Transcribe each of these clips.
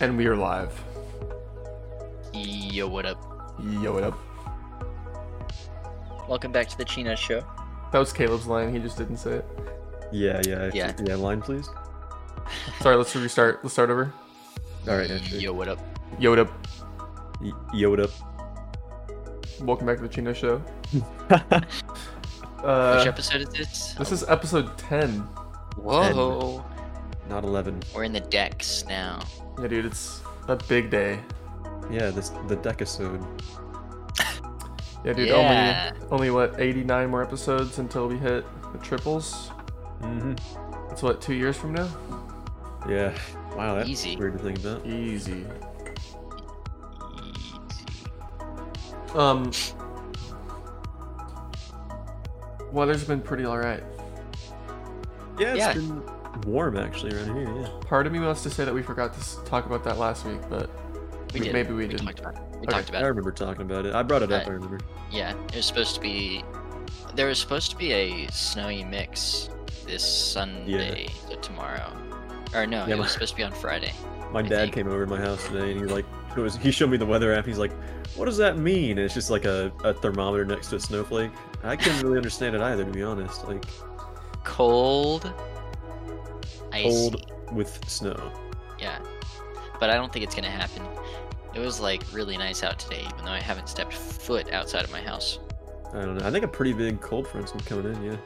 And we are live. Yo, what up? Yo, what up? Welcome back to the Chino Show. That was Caleb's line. He just didn't say it. Yeah, yeah, if- Yeah. yeah. Line, please. Sorry, let's restart. Let's start over. All right, actually. Yo, what up? Yo, what up? Y- Yoda. Welcome back to the Chino Show. Which Uh, episode is this? this is episode 10. Whoa, Not eleven. we're in the decks now. Yeah, dude, it's a big day. Yeah, this the decasode. Yeah, dude, Yeah. only only what 89 more episodes until we hit the triples. Mm-hmm. It's what two years from now? Yeah. Wow, that's Easy. weird to think about. Easy. Um. Weather's been pretty alright. Yeah, it's Yeah. been warm actually around here. Yeah. Part of me wants to say that we forgot to s- talk about that last week, but We We- did. maybe we didn't. Talked about it. We Okay, talked about I it. remember talking about it. I brought it up. Uh, I remember. Yeah, it was supposed to be. There was supposed to be a snowy mix this Sunday, so tomorrow. Or no, Yeah, it my- was supposed to be on Friday. My I dad think- came over to my house today, and he like it was. He showed me the weather app. He's like, "What does that mean?" And it's just like a, a thermometer next to a snowflake. I couldn't really understand it either, to be honest. Like Cold. Icy. cold with snow. Yeah. But I don't think it's gonna happen. It was like really nice out today, even though I haven't stepped foot outside of my house. I don't know. I think a pretty big cold front's been coming in. Yeah.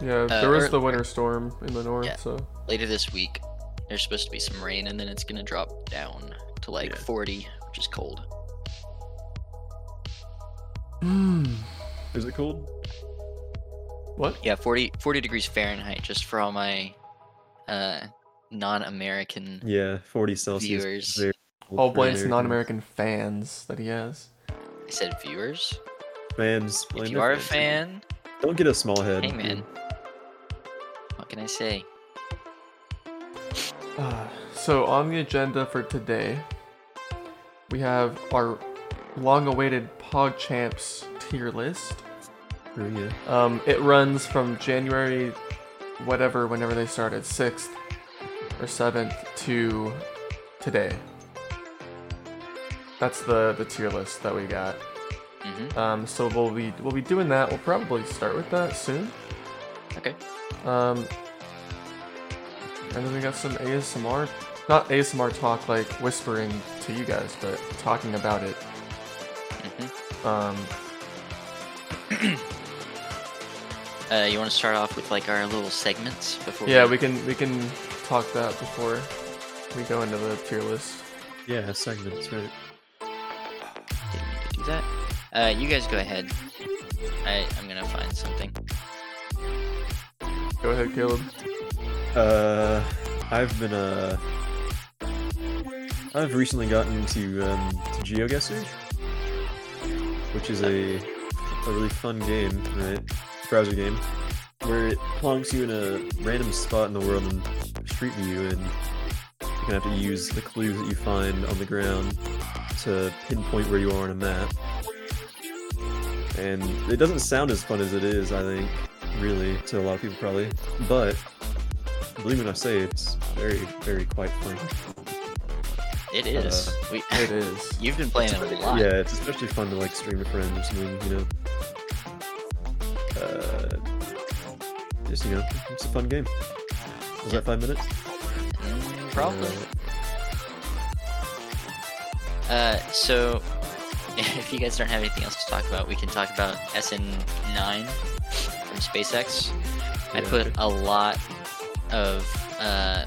Yeah, there was or- the winter storm in the north, Uh, er, Yeah. so Later this week, there's supposed to be some rain, and then it's gonna drop down to like Yeah. 40, which is cold. Is it cold? what? Yeah, 40, 40 degrees Fahrenheit, just for all my uh, non-American. Yeah, 40 Celsius. Viewers. is very cold All for blames Americans. non-American fans that he has. I said viewers. Fans. blame If you their are a fans. fan, Don't get a small head. hey man, what can I say? Uh, so on the agenda for today, we have our long-awaited PogChamps tier list. Oh, yeah. Um, it runs from January, whatever, whenever they started, sixth or seventh to today. That's the the tier list that we got. hmm Um, so we'll be we'll be doing that. We'll probably start with that soon. Okay. Um, and then we got some ASMR, not ASMR talk, like whispering to you guys, but talking about it. hmm Um, Uh, you want to start off with like our little segments before? yeah, we can we can talk that before we go into the tier list. Yeah, segments, right. Didn't mean to do that. Uh, you guys go ahead. I I'm gonna find something. Go ahead, Caleb. Uh, I've been, uh. I've recently gotten into, um, to GeoGuessr, which is a, a really fun game, right? Browser game, where it plonks you in a random spot in the world in Street View, and you're gonna have to use the clues that you find on the ground to pinpoint where you are on a map. And it doesn't sound as fun as it is, I think, really, to a lot of people probably, but believe me when I say it's very, very quite fun. It is. we It is. you've been playing it a lot. Yeah, it's especially fun to like stream with friends or something, you know. Uh, just you know, it's a fun game. Was that five minutes? Mm, Probably. Uh, so if you guys don't have anything else to talk about, we can talk about SN9 from SpaceX. I Yeah, put okay. a lot of uh,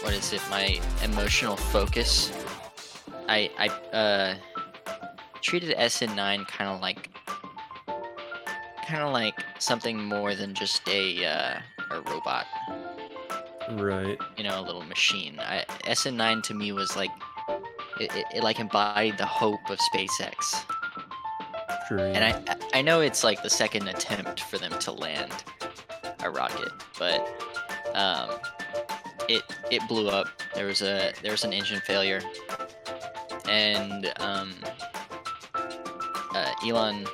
what is it? My emotional focus. I I uh, treated SN9 kind of like kind of like something more than just a uh, a robot Uh, Right. you know, a little machine. I, SN9 to me was like, it, it, it like embodied the hope of SpaceX. Sure. And I, I know it's like the second attempt for them to land a rocket, but um, it it blew up. There was a there was an engine failure, and um, uh, Elon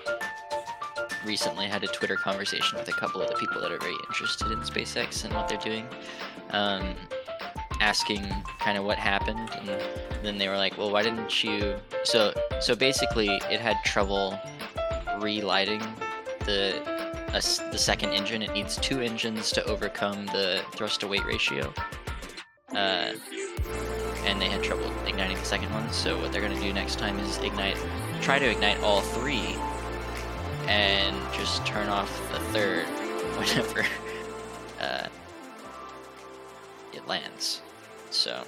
recently had a Twitter conversation with a couple of the people that are very interested in SpaceX and what they're doing. Um, asking kind of what happened, and then they were like, "Well, why didn't you?" So so basically, it had trouble relighting the a s the second engine. It needs two engines to overcome the thrust to weight ratio. Uh, and they had trouble igniting the second one. So what they're gonna do next time is ignite, try to ignite all three, and just turn off the third whenever uh, it lands. So,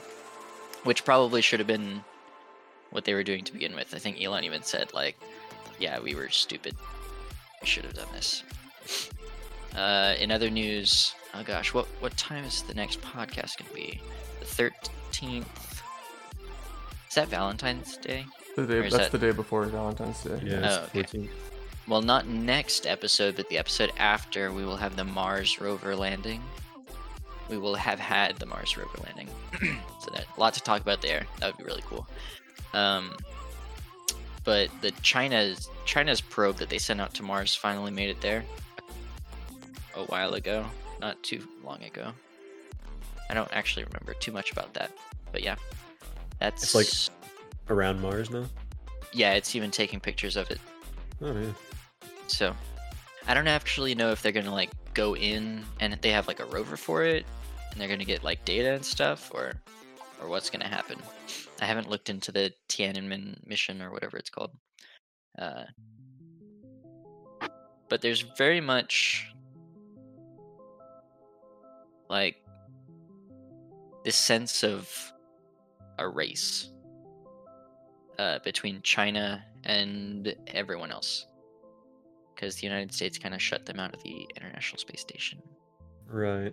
which probably should have been what they were doing to begin with. I think Elon even said like, "Yeah, we were stupid. We should have done this." Uh, in other news, oh gosh, what what time is the next podcast gonna be? The thirteenth. Is that Valentine's Day? The Or day, is that's that- the day before Valentine's Day. Yeah, Oh, it's okay. 14. Well, not next episode, but the episode after, we will have the Mars rover landing. We will have had the Mars rover landing. so that a lot to talk about there. That would be really cool. Um, but the China's China's probe that they sent out to Mars finally made it there a while ago, not too long ago. I don't actually remember too much about that, but yeah, that's like- Around Mars now? yeah, it's even taking pictures of it Oh, yeah. So I don't actually know if they're gonna like go in and they have like a rover for it and they're gonna get like data and stuff or or what's gonna happen. I haven't looked into the Tiananmen mission or whatever it's called. Uh, but there's very much like this sense of a race uh, between China and everyone else because the United States kind of shut them out of the International Space Station. Right.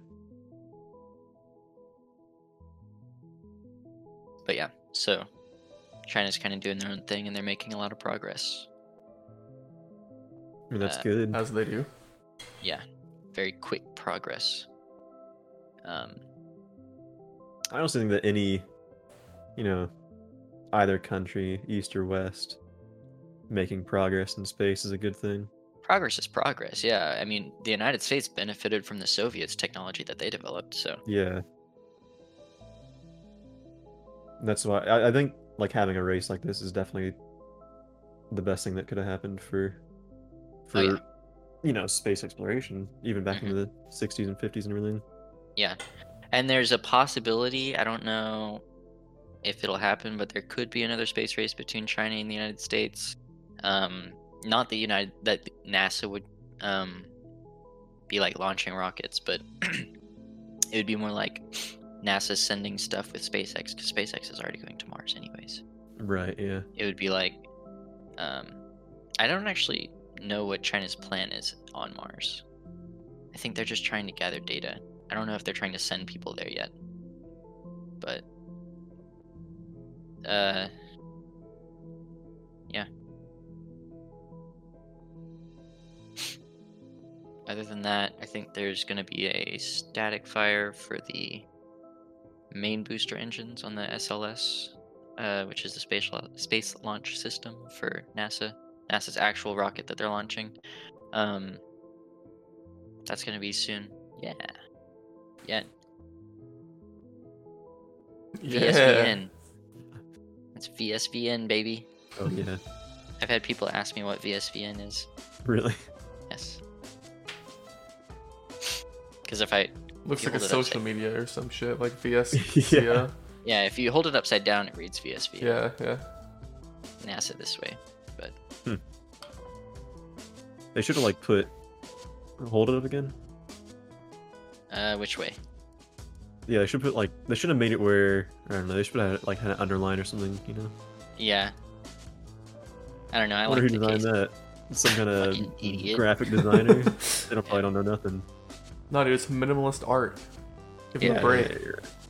But yeah, so China's kind of doing their own thing and they're making a lot of progress. I mean, that's Uh, good. As they do. Yeah, very quick progress. Um, I also think that any, you know, either country, east or west, making progress in space is a good thing. progress is progress. Yeah, I mean, the United States benefited from the Soviets' technology that they developed, so Yeah. That's why I, I think like having a race like this is definitely the best thing that could have happened for for Oh, yeah. Mm-hmm. you know space exploration, even back in the sixties and fifties and everything. yeah. And there's a possibility, I don't know if it'll happen, but there could be another space race between China and the United States. Um, not the United that NASA would um, be like launching rockets, but it would be more like NASA sending stuff with SpaceX because SpaceX is already going to Mars, anyways. Right, yeah. It would be like, um, I don't actually know what China's plan is on Mars. I think they're just trying to gather data. I don't know if they're trying to send people there yet, but uh, yeah. Other than that, I think there's going to be a static fire for the main booster engines on the SLS, uh, which is the space lau- space launch system for NASA. NASA's actual rocket that they're launching. Um, that's going to be soon. Yeah. Yeah. VSVN. It's VSVN, baby. Oh yeah. I've had people ask me what VSVN is. Really? Yes. Because if I, Looks You like a hold it up, social say- media or some shit, like VS. Yeah. yeah. yeah, if you hold it upside down, it reads VSV. Yeah, yeah. NASA this way, but They should have like put hold it up again. uh, which way? Yeah, they should put like they should have made it where I don't know, they should have had, like had an underline or something, you know. Yeah. I don't know. I I wonder like who the designed case. that. Some kind Fucking of idiot. graphic designer. they don't probably don't know nothing. No, dude, it's minimalist art. Give them Yeah. a break.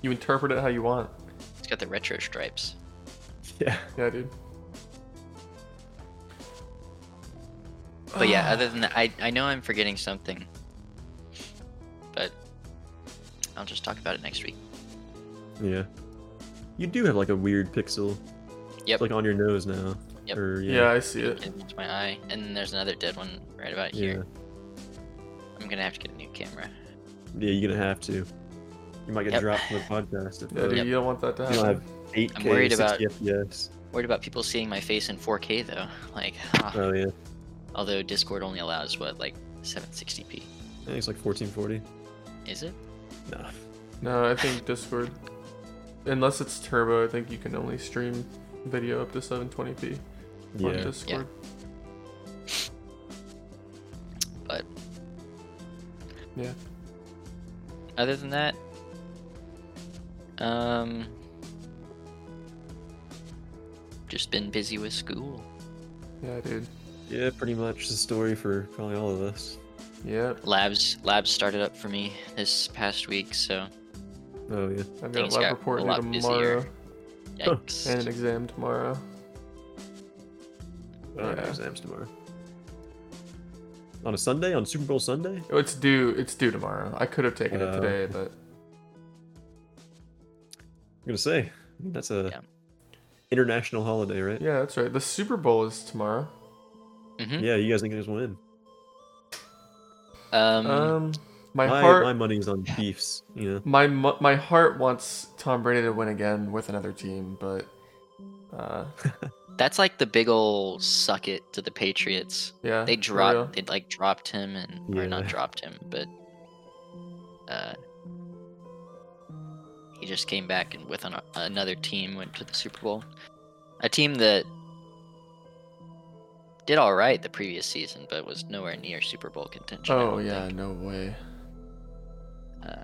You interpret it how you want. It's got the retro stripes. Yeah. Yeah, dude. But yeah, other than that, I I know I'm forgetting something, but I'll just talk about it next week. Yeah. You do have like a weird pixel. Yep. It's like on your nose now. Yep. Or, Yeah. yeah. I see it. And It's my eye, and then there's another dead one right about Yeah. here. I'm gonna have to get a new camera. Yeah, you're gonna have to. You might get Yep. dropped from the podcast if Yeah, dude, uh, Yep. you don't want that to you don't happen. have 8K, I'm worried about- 60 FPS. Worried about people seeing my face in 4K though. Like, ah. Oh yeah, although Discord only allows what like 760p. I think it's like 1440. Is it? Nah. No, I think Discord. Unless it's turbo, I think you can only stream video up to 720p on Yeah. Discord. But Yeah. other than that, um, just been busy with school. Yeah, dude. Yeah, pretty much the story for probably all of us. Yeah, Labs labs started up for me this past week, so Oh yeah. I've got Things a lab got report a due lot tomorrow Huh. yikes. and an exam tomorrow. I don't have Yeah. exams tomorrow. On a Sunday? On Super Bowl Sunday? Oh, It's due. It's due tomorrow. I could have taken it Uh, today, but I'm gonna say that's a Yeah. international holiday, right? yeah, that's right. The Super Bowl is tomorrow. Mhm. Yeah, you guys think there's win? Um, Um, my Mm. My heart, my money's on Chiefs. You know, my mu- my heart wants Tom Brady to win again with another team, but uh, that's like the big ol' suck it to the Patriots. yeah, They for dropped, real. they like dropped him and or not Yeah. dropped him, but uh, he just came back and with an, another team went to the Super Bowl, a team that did all right the previous season, but was nowhere near Super Bowl contention. I Oh don't yeah, think. no way. Uh,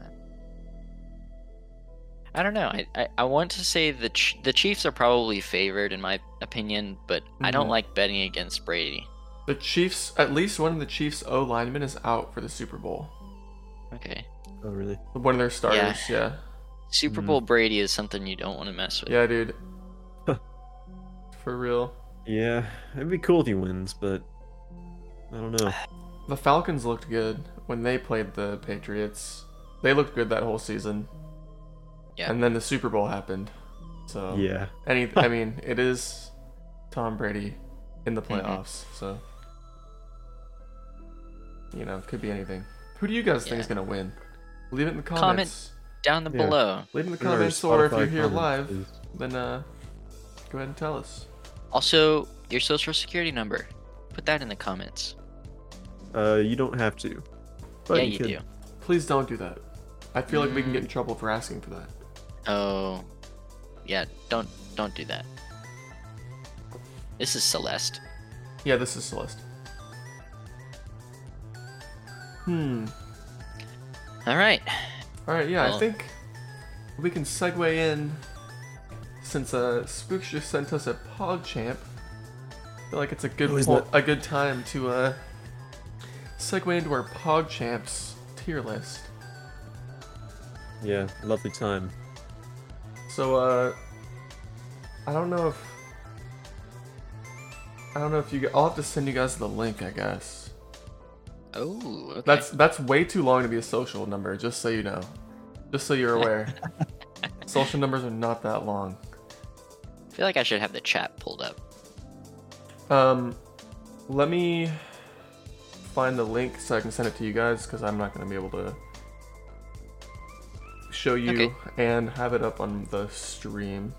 I don't know. I, I, I want to say the Ch- the Chiefs are probably favored in my opinion, but I don't Mhm. like betting against Brady. The Chiefs, at least one of the Chiefs' O linemen is out for the Super Bowl. Okay. oh really? One of their starters, yeah, Super Mhm. Bowl Brady is something you don't want to mess with. yeah, dude. for real, Yeah, it'd be cool if he wins, but I don't know. the Falcons looked good when they played the Patriots. They looked good that whole season. Yeah. And then the Super Bowl happened. So yeah, Any, I mean, it is Tom Brady in the Mm-hmm. playoffs, so you know, could be anything. Who do you guys think is gonna win? Leave it in the Comment. comments. Down the Yeah. below. Leave it in the Put it in our comments, or if Spotify you're here comments, live, please. then uh, go ahead and tell us. Also, your social security number. Put that in the comments. Uh, you don't have to. But yeah, you, could. do. Please don't do that. I feel like we can get Mm. in trouble for asking for that. Oh, yeah. Don't don't do that. This is Celeste. Yeah, this is Celeste. Hmm. All right. All right, yeah, I Well- think we can segue in since uh, Spooks just sent us a PogChamp. I feel like it's a good Oh, isn't point, a good time to uh, segue into our PogChamps tier list. Yeah, lovely time. So uh, I don't know if I don't know if you. g- I'll have to send you guys the link, I guess. Oh, okay. That's that's way too long to be a social number. Just so you know, just so you're aware, social numbers are not that long. I feel like I should have the chat pulled up. Um, let me find the link so I can send it to you guys because I'm not going to be able to show you Okay. and have it up on the stream.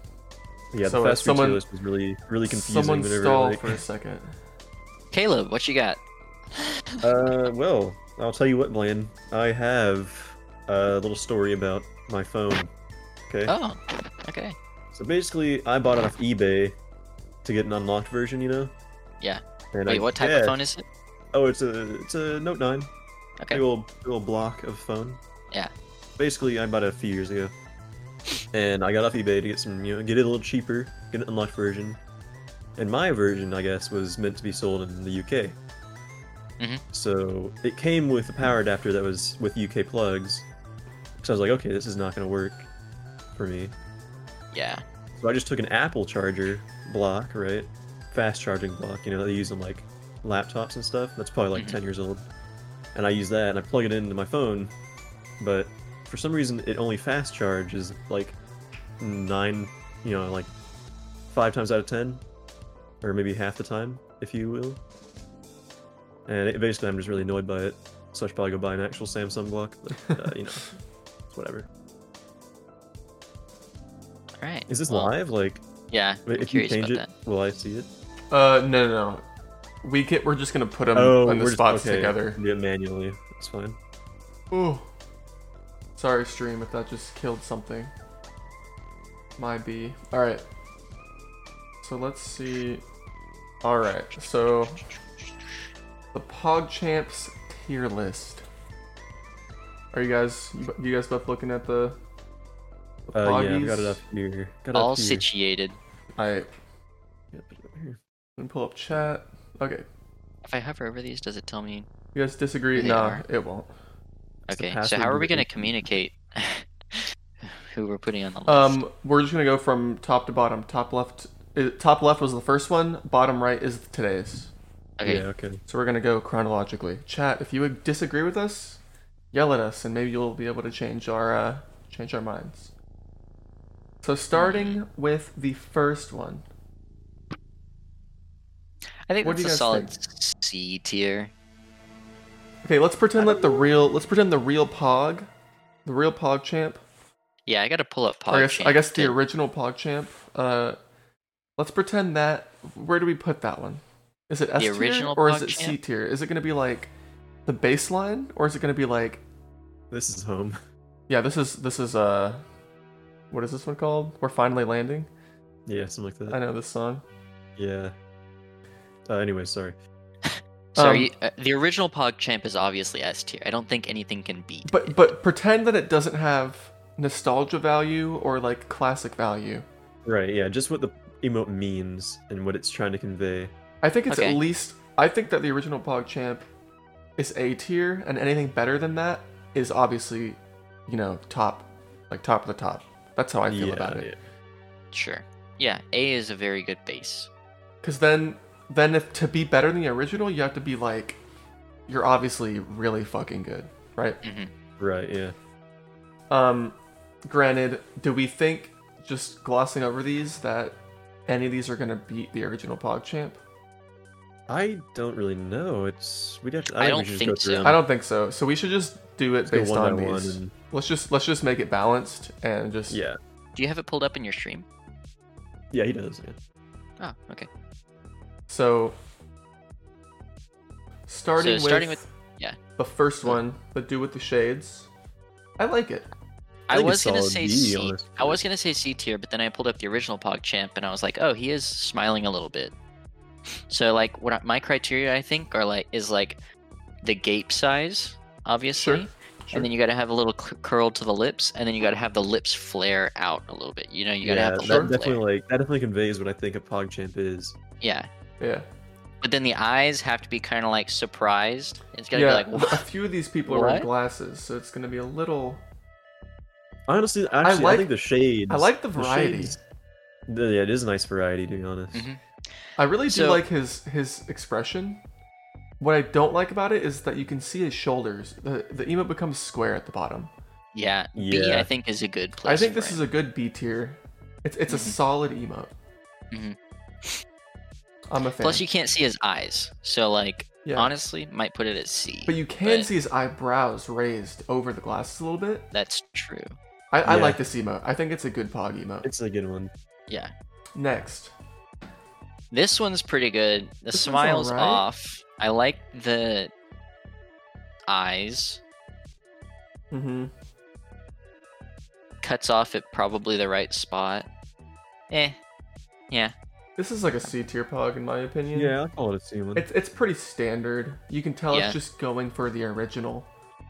Yeah, So, uh, the fast food tier someone- list was really, really confusing. Someone whenever, stall like- for a second. Caleb, what you got? Uh, well, I'll tell you what, Blaine. I have a little story about my phone. Okay. Oh, okay. So basically, I bought it off eBay to get an unlocked version, you know. Yeah. And Wait, I what type guess- of phone is it? Oh, it's a it's a Note Nine. Okay. Big old big old block of phone. Yeah. Basically, I bought it a few years ago, and I got off eBay to get some, you know, get it a little cheaper, get an unlocked version. And my version, I guess, was meant to be sold in the UK. Mhm. So it came with a power adapter that was with UK plugs. So I was like, okay, this is not going to work for me. Yeah. So I just took an Apple charger block, right? Fast charging block, you know, they use in like laptops and stuff. That's probably like Mhm. 10 years old. And I use that and I plug it into my phone. But for some reason, it only fast charges like nine, you know, like five times out of 10, or maybe half the time, if you will. And it, basically, I'm just really annoyed by it. So I should probably go buy an actual Samsung block, but uh, you know, whatever. All right. Is this well, live? Like, Yeah. wait, I'm if you curious change it, about that. will I see it? Uh, no, no, no. We get. We're just gonna put them on the Oh, we're just- spots okay, together. Yeah, manually. That's fine. Ooh. Sorry, stream, if that just killed something. My B. Alright. So let's see. Alright, so. The PogChamps tier list. Are you guys. You you guys both looking at the. Uh, yeah, I've got it Bodies. up here. Got it All up here. situated. Alright, Yeah, put it up here. let me pull up chat. Okay. If I hover over these, does it tell me? You guys disagree? They Nah, are. it won't. It's the Okay. So password how are you we get gonna into. communicate who we're putting on the list? Um, we're just gonna go from top to bottom. Top left. uh, Top left was the first one. Bottom right is today's. okay. Yeah, okay. So we're gonna go chronologically. Chat, if you disagree with us, yell at us, and maybe you'll be able to change our uh, change our minds. So starting with the first one, I think what do that's you a guys solid C tier. okay, let's pretend that the real let's pretend the real Pog, the real Pog Champ, Yeah, I gotta pull up PogChamp. I guess I guess the to- original Pog Champ. Uh, let's pretend that. Where do we put that one? Is it S tier original or is it PogChamp? C tier? Is it gonna be like the baseline, or is it gonna be like This is home. yeah, this is this is uh, what is this one called? We're finally landing. Yeah, something like that. I know this song. Yeah. Uh, anyway, sorry. So are um, you, uh, the original PogChamp is obviously S tier. I don't think anything can beat. But it. but pretend that it doesn't have nostalgia value or like classic value. Right, yeah, just what the emote means and what it's trying to convey. I think it's Okay. at least I think that the original PogChamp is A tier and anything better than that is obviously, you know, top like top of the top. That's how I feel yeah, about it. sure. Yeah, A is a very good base. Cuz then then if to be better than the original, you have to be like you're obviously really fucking good, right? hmm yeah. Right, yeah. Um, granted, do we think just glossing over these that any of these are gonna beat the original PogChamp? I don't really know. It's we'd have to. I think don't we should just think go through so. them. I don't think so. So we should just do it Let's go based one on by one these. and- Let's just let's just make it balanced and just yeah, Do you have it pulled up in your stream? yeah, he does. Yeah. Oh, okay. So starting, starting Oh. with, yeah. the first one, the dude with the shades. I like it. I, think it's was gonna solid say B, C. I honestly. was gonna say C tier, but then I pulled up the original PogChamp and I was like, oh, he is smiling a little bit. So like, what I, my criteria I think are like is like the gape size, obviously, Sure. and then you gotta have a little c- curl to the lips, and then you gotta have the lips flare out a little bit. You know, you gotta yeah, have the that sure. lip definitely flare. like that definitely conveys what I think a PogChamp is. Yeah, Yeah. but then the eyes have to be kind of like surprised. It's gotta yeah. be like, a few of these people are wearing What? glasses, so it's gonna be a little Honestly, actually, I, like- think the shades. I like the variety. Mm-hmm. shades- the- yeah, it is a nice variety to be honest. Mhm. I really do So- like his his expression. What I don't like about it is that you can see his shoulders. The the emote becomes square at the bottom. yeah, B. Yeah. I think is a good place. I think this is a good B tier. It's it's Mhm. a solid emote. Mhm. I'm a fan. Plus, you can't see his eyes, so like Yeah. honestly, might put it at C. but you can but- see his eyebrows raised over the glasses a little bit. That's true. I, I Yeah. like this emote. I think it's a good pog emote. It's a good one. Yeah. Next, This one's pretty good. The This one's smile's alright. off. I like the eyes. mm-hmm. Cuts off at probably the right spot. Eh. Yeah. this is like a C tier pog in my opinion. Yeah, I'll call it a C one. it's it's pretty standard. You can tell Yeah. it's just going for the original.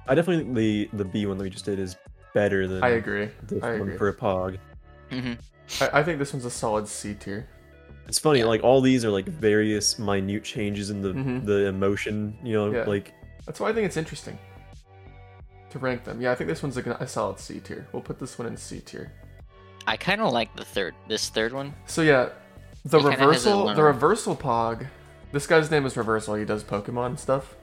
I definitely think the the B one that we just did is better than I agree. this I one agree. for a Pog. hmm I, I think this one's a solid C tier. It's funny, Yeah. like all these are like various minute changes in the Mhm. the emotion. You know, Yeah. like That's why I think it's interesting to rank them. Yeah, I think this one's a, a solid C tier. We'll put this one in C tier. I kind of like the third. This third one. So yeah, the He kinda has his reversal, own- the reversal pog. This guy's name is Reversal. He does Pokemon stuff.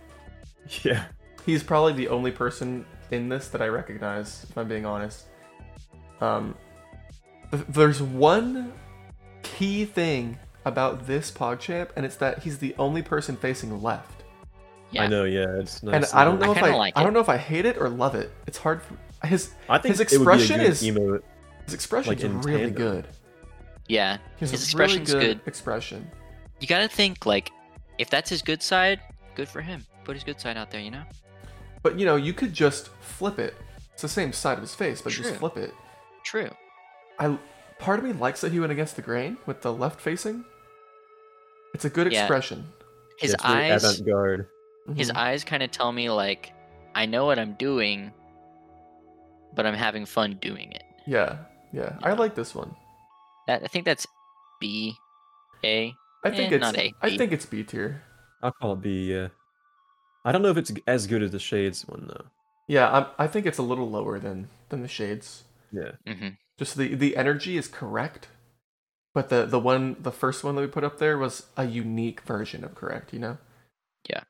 yeah, He's probably the only person in this that I recognize, if I'm being honest. Um, th- there's one key thing about this PogChamp, and it's that he's the only person facing left. Yeah. I know, yeah, it's nice. and to I don't know. know if kinda I like I it. don't know if I hate it or love it. It's hard. For, his I think his it would be a expression good is- emote. His expression's in really tandem. good. Yeah, He has His a really expression's good, good. expression. you gotta think like, if that's his good side, good for him. Put his good side out there, you know. But you know, you could just flip it. It's the same side of his face, but True. just flip it. True. I part of me likes that he went against the grain with the left facing. It's a good Yeah. expression. His That's really eyes, avant-garde. his Mhm. eyes kind of tell me like, I know what I'm doing, but I'm having fun doing it. Yeah, yeah. I like this one. That I think that's B, A. I think Eh, it's not A, I B. think it's B tier. I'll call it B. Uh, I don't know if it's g- as good as the Shades one though. Yeah, I'm, I think it's a little lower than than the shades. Yeah. hmm Just the the energy is correct, but the the one the first one that we put up there was a unique version of correct. You know. Yeah.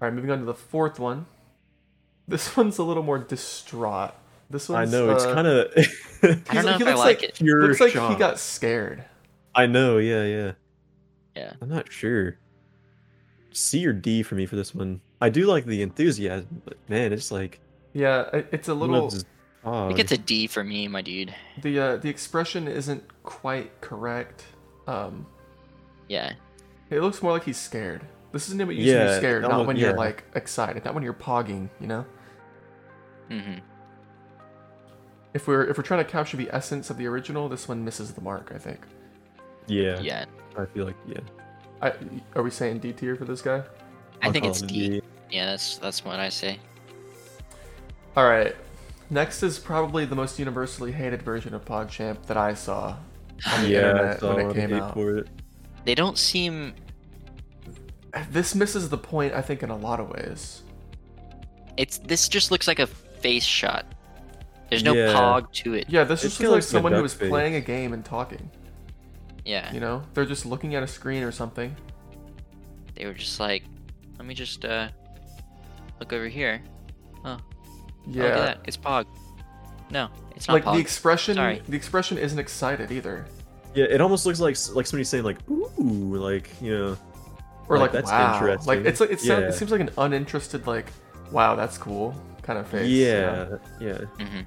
All right, moving on to the fourth one. This one's a little more distraught. This I one's know it's uh, kind of I don't know he if I looks like it. pure. Looks like he shock. got scared. I know. Yeah. Yeah. Yeah. I'm not sure. C or D for me for this one. I do like the enthusiasm, but man, it's like Yeah, i- it's a one of little those oh, I think odd. it's a D for me, my dude. the uh, the expression isn't quite correct. Um, Yeah. it looks more like he's scared. This isn't what you yeah, Yeah, scared, not almost- when you're yeah. like excited, not when you're pogging, you know. hmm If we're if we're trying to capture the essence of the original, this one misses the mark. I think. yeah, Yeah. I feel like yeah. I, are we saying D tier for this guy? I I'll think call it's it a D. Yeah, that's that's what I say. All right. Next is probably the most universally hated version of PogChamp that I saw on the Yeah, I internet when saw one it of came eight out. for it. They don't seem This misses the point, I think, in a lot of ways. it's this just looks like a face shot. There's no Yeah. pog to it. Yeah, this It just looks like kinda looks like a someone who duck was face. playing a game and talking. Yeah. You know, they're just looking at a screen or something. They were just like, let me just uh look over here. Oh, Yeah, look at that. It's pog. No, it's not like pog. the expression. Sorry. The expression isn't excited either, Yeah, it almost looks like like somebody saying like ooh, like you know. or like, Like, that's wow, like interesting. it's like it, sound, Yeah. it seems like an uninterested like, wow, that's cool kind of face. you know? yeah, yeah. Mhm.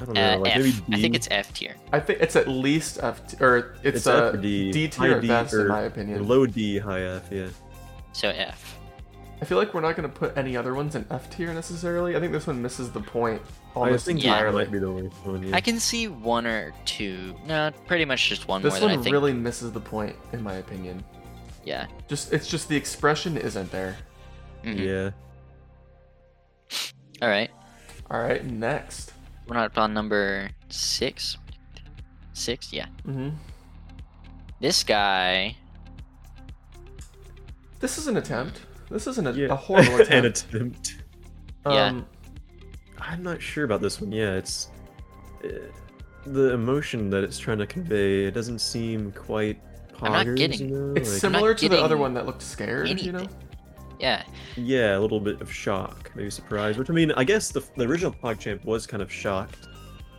I don't know. Uh, like F. maybe I think D. it's F tier. I think it's at least F t- or it's, uh, It's a F or D, tier high at D best in or my opinion. low D, high F. Yeah. So F. I feel like we're not gonna put any other ones in F tier necessarily. I think this one misses the point I almost think Yeah. that entirely. might be the worst one. Yeah. I can see one or two. No, pretty much just one This more one than I think. really misses the point in my opinion. Yeah. Just it's just the expression isn't there. Mhm. Yeah. All right. All right, next. We're not up on number six. Six, yeah. hmm This guy, This is an attempt. This isn't a, yeah. a horrible attempt. An attempt. Yeah. Um, I'm not sure about this one. Yeah, it's uh, the emotion that it's trying to convey. It doesn't seem quite. I'm not poggers, getting- You know? it's like, similar not to the other getting one that looked scared, you know? anything. yeah, yeah, a little bit of shock, maybe surprise. Which I mean, I guess the, the original PogChamp was kind of shocked,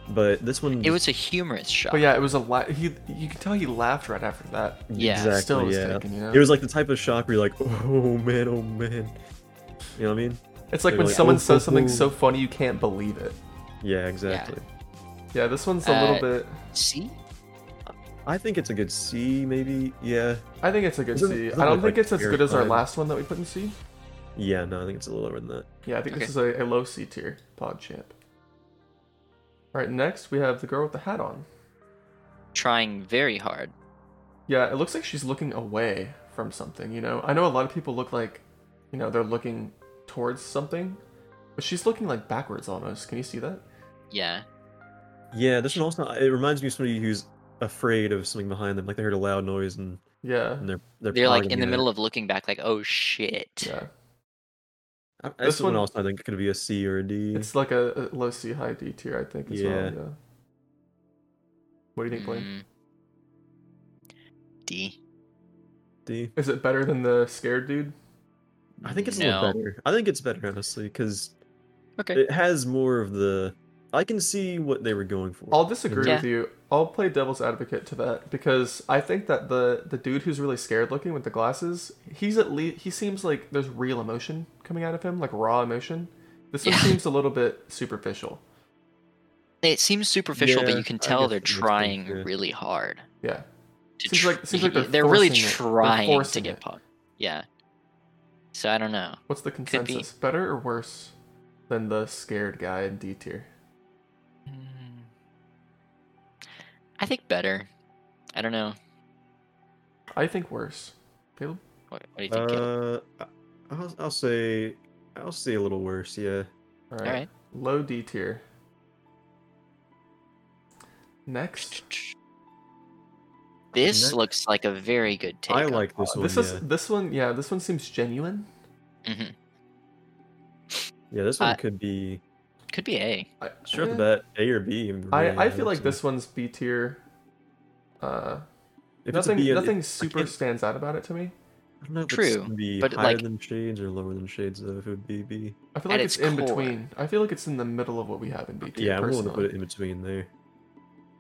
but this one it was a humorous shot. But yeah, it was a lot. He, you can tell he laughed right after that. Yeah. exactly, Still was yeah. taken, you know? It was like the type of shock where you're like, oh man, oh man. You know what I mean? It's like they were when like, someone "Oh, says oh, something oh." so funny you can't believe it. Yeah, exactly. Yeah, this one's a little Uh, bit. See? I think it's a good C, maybe. Yeah. I think it's a good doesn't- C. doesn't I don't look, think like, it's as good as our terrifying. last one that we put in C. Yeah, no, I think it's a little lower than that. Yeah, I think this Okay. is a, a low C tier pod champ. All right, next we have the girl with the hat on. Trying very hard. Yeah, it looks like she's looking away from something, you know? I know a lot of people look like, you know, they're looking towards something, but she's looking like backwards almost. Can you see that? Yeah. Yeah, this one also it reminds me of somebody who's afraid of something behind them, like they heard a loud noise and, Yeah. and they're they're, They're like pogging in the it. middle of looking back, like, oh shit. Yeah. I- This, This one one- also I think could be a C or a D. It's like a, a low C, high D tier, I think, as well. Yeah. Yeah. What do you think, Blaine? Mm. D. D. Is it better than the scared dude? I think it's a no. little better. I think it's better honestly because Okay. it has more of the. I can see what they were going for. I'll disagree Yeah. with you. I'll play devil's advocate to that because I think that the the dude who's really scared looking with the glasses, he's at least he seems like there's real emotion coming out of him, like raw emotion. This one Yeah. seems a little bit superficial. I it seems superficial, Yeah, but you can I tell guess they're it makes sense, trying yeah. really hard. Yeah. To Seems tr- like- seems like they're they're really forcing it. They're trying to forcing get it. pop. Yeah. So I don't know. What's the be. consensus? Better or worse than the scared guy in D tier? Mm. I think better. I don't know. I think worse. Caleb? What, what do you think? Caleb? Uh, I- I'll, I'll say I'll say a little worse. Yeah. All All right. Low D tier. Next. This Next- looks like a very good take. I on like this one. This Oh, yeah. is this one. Yeah, this one seems genuine. Mhm. yeah, this one I- could be Could be A. I, sure eh, off the bat A or B. even I, really, I feel would like say. this one's B tier. Uh, If it's a nothing B, it- nothing it- super can't- stands out about it to me. I don't know if True, It's be but, higher like- than shades or lower than shades though. If it would be B. I feel At like it's, its in core. between. I feel like it's in the middle of what we have in B tier. Yeah, I'm willing to put personally. it in between there.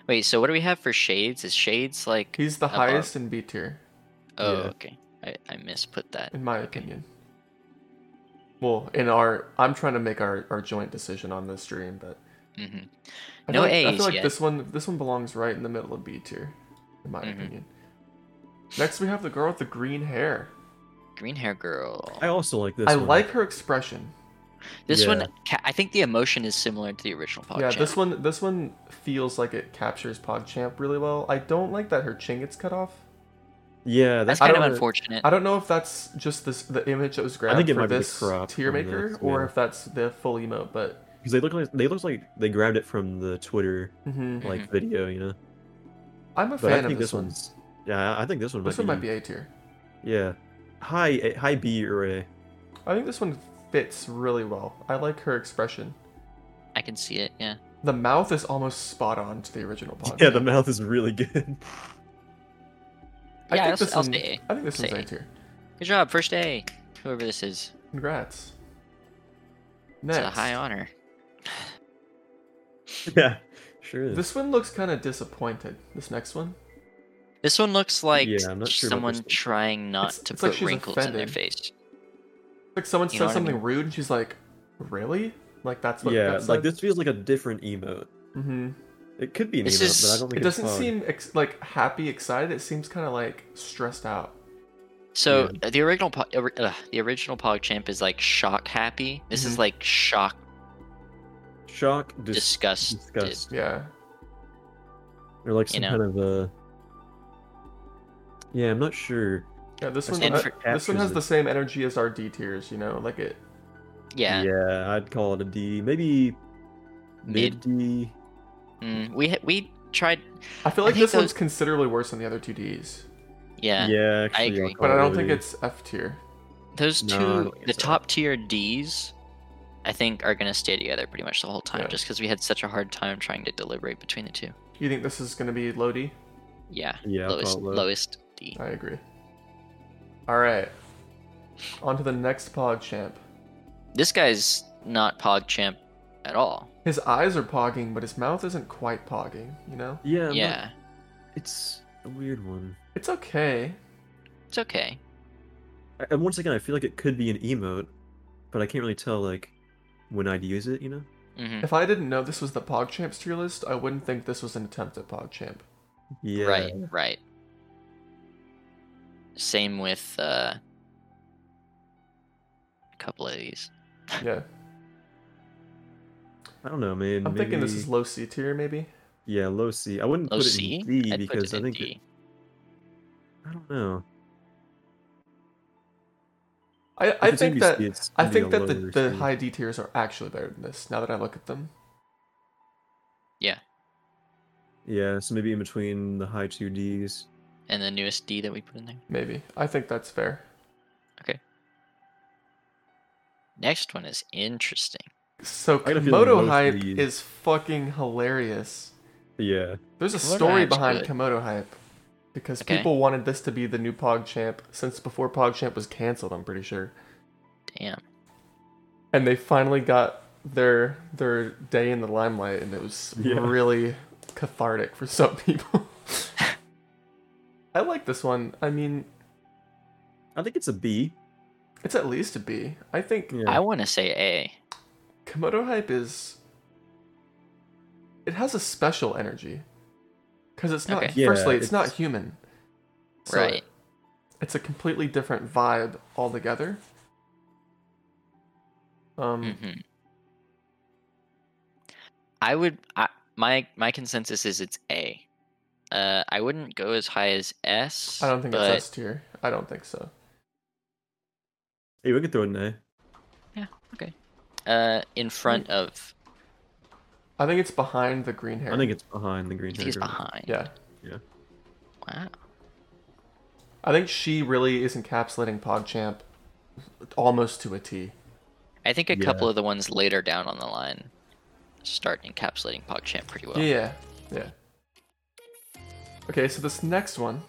Wait, so what do we have for shades? Is shades like? He's the above? highest in B tier, Oh, yeah. okay. I, I misput that. in my opinion. Well, in our, I'm trying to make our, our joint decision on this stream, but hmm I feel No like, I A's feel like yet. this one this one belongs right in the middle of B tier, in my Mhm. opinion. Next, we have the girl with the green hair. Green hair girl. I also like this. I one. like her expression. This Yeah. one, ca- I think the emotion is similar to the original podcast. yeah, this one this one feels like it captures PogChamp really well. I don't like that her chin gets cut off. Yeah, That's that's I kind of don't know. unfortunate. I don't know if that's just this the image that was grabbed think it for might be the this crop tier on maker, this, or yeah. if that's the full emote. But because they look like they look like they grabbed it from the Twitter mhm. like Mm-hmm. video, you know. I'm a But I fan think of this this one. one's yeah, I- I think this one This might one might be be A tier. yeah, high A- high B or eh, A. I think this one fits really well. I like her expression. I can see it. Yeah. The mouth is almost spot on to the original podcast. Yeah, the mouth is really good. I think Yeah, I'll- this I'll one, say I think this one's Say A A. tier. Good job, first A. Whoever this is, Congrats. it's Next, a high honor. yeah, sure is. this one looks kind of disappointed. This next one, This one looks like Yeah, I'm not sure about someone this one. trying not It's- to it's put like she's wrinkles in their offended. face. like someone You know says what I something mean? rude, and she's like, "Really?" Like that's what. yeah, that's like this feels like a different emote. Mm-hmm. It could be an This emote, but I is- don't think It it's doesn't fun. seem ex- like happy, excited. It seems kind of like stressed out. So uh, the original, po- or- uh, the original PogChamp is like shock happy. This Mhm. is like shock shock, Mm-hmm. dis- disgusted. disgust, Yeah. or like you some kind of uh. Yeah, I'm not sure. Yeah, this I one. think uh, for- this one captures has the it. same energy as our D tiers. You know, like it. Yeah. yeah, I'd call it a D, maybe mid Mid. D. Mm, we ha- we tried. I feel I like think this one's those- considerably worse than the other two Ds, Yeah. Yeah, actually, I'll agree. but I call it don't a think D. it's F tier. Those No, I two, don't think the so. top tier D's, I think are gonna stay together pretty much the whole time, Yeah. just because we had such a hard time trying to deliberate between the two. You think this is gonna be low D? Yeah. Yeah, I'll call lowest it low. lowest D. I agree. All right. On to the next Pog Champ. This guy's not PogChamp at all. His eyes are pogging, but his mouth isn't quite pogging. You know, Yeah, I'm not- yeah. it's a weird one. it's okay. It's okay. I- And once again, I feel like it could be an emote, but I can't really tell like when I'd use it. You know? hmm If I didn't know this was the Pog Champs tier list, I wouldn't think this was an attempt at Pog Champ. Yeah. Right, right. Same with uh, a couple of these. Yeah, I don't know, man. I'm thinking this maybe- is low C tier, maybe. yeah low C. I wouldn't Low put Oh, C? it in D I'd put because it I in think D. I don't know. I, If I it's gonna think be that C, it's I gonna be think a that the, lower the C. high D tiers are actually better than this. Now that I look at them, Yeah, so maybe in between the high two Ds. and the newest D that we put in there. maybe I think that's fair. Next one is interesting. So I got a feeling most Komodo of hype these- is fucking hilarious. Yeah. There's a Komodo story hype's behind good. Komodo hype because Okay. people wanted this to be the new PogChamp since before PogChamp was canceled. I'm pretty sure, Damn. and they finally got their their day in the limelight, and it was Yeah. really cathartic for some people. I like this one. I mean, I think it's a B. it's at least a B. I think Yeah. I want to say A. Komodo hype is it has a special energy because it's not. Okay. Yeah, firstly, it's, not it's- human. So right. It's a completely different vibe altogether. Um. Mm. hmm I would. I, my my consensus is it's A. Uh, I wouldn't go as high as S. I don't think but it's S tier. I don't think so. Hey, we can throw it in A. uh, in front of. I think it's behind the green hair. I think it's behind the green hair. He's girl. behind. yeah. Wow. I think she really is encapsulating PogChamp almost to a T. I think a Yeah. couple of the ones later down on the line start encapsulating PogChamp pretty well. Yeah, yeah. Okay, so this next one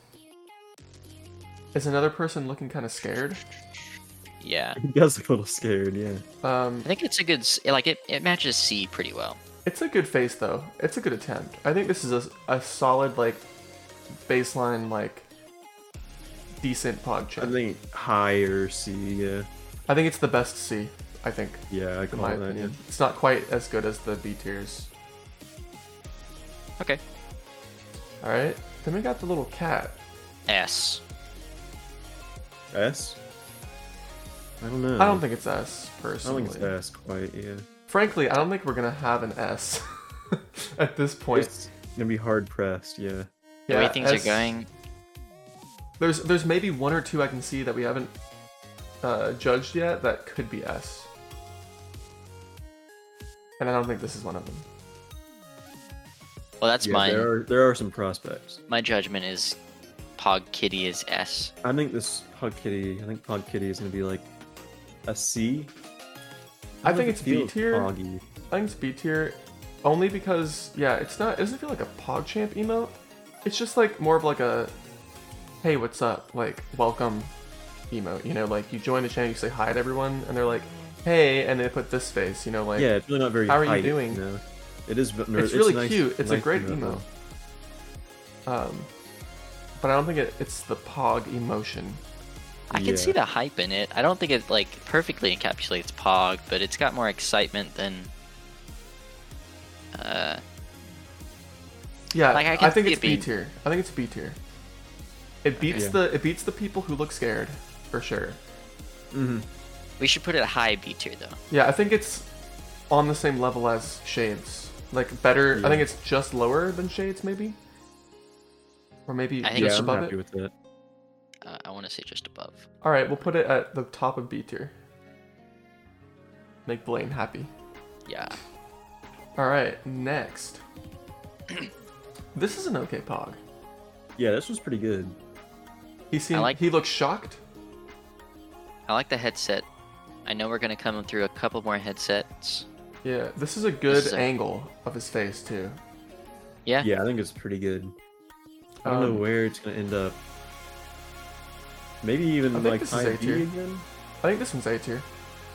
is another person looking kind of scared. Yeah. He does look a little scared, yeah. Um, I think it's a good s- like it, it matches C pretty well. it's a good face though. It's a good attempt. I think this is a, a solid like baseline like decent PogChamp. I think high or C, yeah. I think it's the best C. I think Yeah, I in call my it that. opinion, Yeah. it's not quite as good as the B tiers. Okay. All right. Then we got the little cat. S. S? I don't know. I don't think it's S Uh-huh. I don't personally. think it's S quite, yeah. Frankly, I don't think we're gonna have an S at this point. It's gonna be hard pressed, yeah. The way Yeah, things S- are going. There's there's maybe one or two I can see that we haven't uh, judged yet that could be S. And I don't think this is one of them. Well, that's yeah mine. There are there are some prospects. My judgment is Pog Kitty is S. I think this Pug Kitty I think Pug Kitty is gonna be like a C. I think don't know if it's it B feels tier. I poggy. think it's B tier, only because yeah, it's not. It doesn't feel like a PogChamp emote. It's just like more of like a, hey, what's up? Like welcome, emote. You know, like you join the channel, you say hi to everyone, and they're like, hey, and they put this face. You know, like yeah, it's really not very how are you hype, doing? know? It is but It's really cute. It's a great emo. email. Um, but I don't think it, it's the pog emotion. I can Yeah. see the hype in it. I don't think it like perfectly encapsulates Pog, but it's got more excitement than. Uh, Yeah, Like, I, I can think see it's it B being- tier. I think it's B tier. It beats Yeah. the it beats the people who look scared for sure. Mm-hmm. we should put it high B tier though. Yeah, I think it's on the same level as Shades. Like better, I Yeah. think it's just lower than Shades maybe, or maybe I think Yeah, just it's- I'm above happy it. with that. Uh, I want to say just above. All right, we'll put it at the top of B tier. Make Blaine happy. Yeah. All right, next. this is an okay pog. Yeah, this was pretty good. He seemed like- he looks shocked. I like the headset. I know we're gonna come through a couple more headsets. Yeah, this is a good is a- angle of his face too. Yeah. Yeah, I think it's pretty good. I don't know Eh. Um, where it's gonna end up. Maybe I even think like this is high A B tier. again. I think this one's A tier.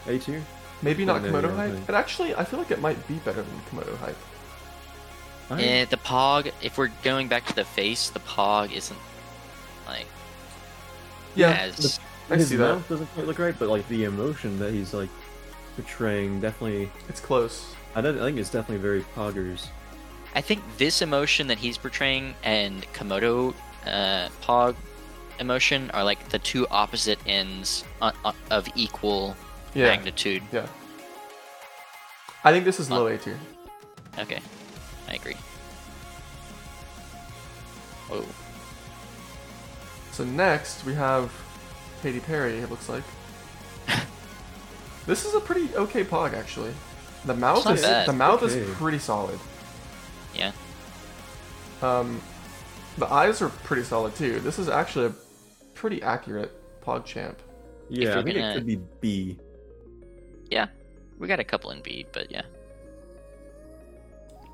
A tier. Maybe not Oh, no, Komodo yeah, hype. right. And actually, I feel like it might be better than Komodo hype. I- Eh, the pog. If we're going back to the face, the pog isn't like Yeah, as I his see that. mouth doesn't quite look right, but like the emotion that he's like portraying definitely. It's close. I, don't, I think it's definitely very poggers. I think this emotion that he's portraying and Komodo uh, Pog emotion are like the two opposite ends o- o- of equal Yeah, magnitude. yeah. I think this is Uh, low A tier. Okay, I agree. Whoa. So next we have Katy Perry. It looks like. this is a pretty okay pog actually. The mouth not is bad. the mouth Okay. is pretty solid. Yeah. Um, the eyes are pretty solid too. This is actually a pretty accurate PogChamp. Yeah, you're I think gonna- it could be B. Yeah. We got a couple in B, but yeah.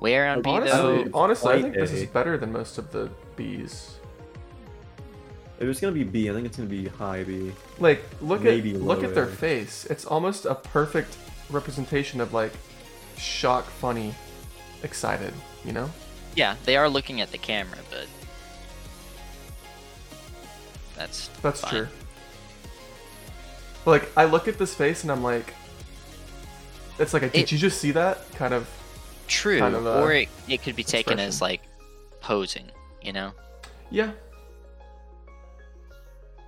Where on Like, B Honestly, though? honestly, I Quite think this is a- better than most of the Bs. If it's gonna be B, I think it's gonna be high B. Like, look Maybe at look at their lower. face. It's almost a perfect representation of like shock, funny, excited. You know? Yeah, they are looking at the camera, but that's That's fine. true. But, like, I look at this face and I'm like, it's like a, did It- you just see that kind of True. Kind of a or it, it could be taken expression. as like posing, you know? Yeah.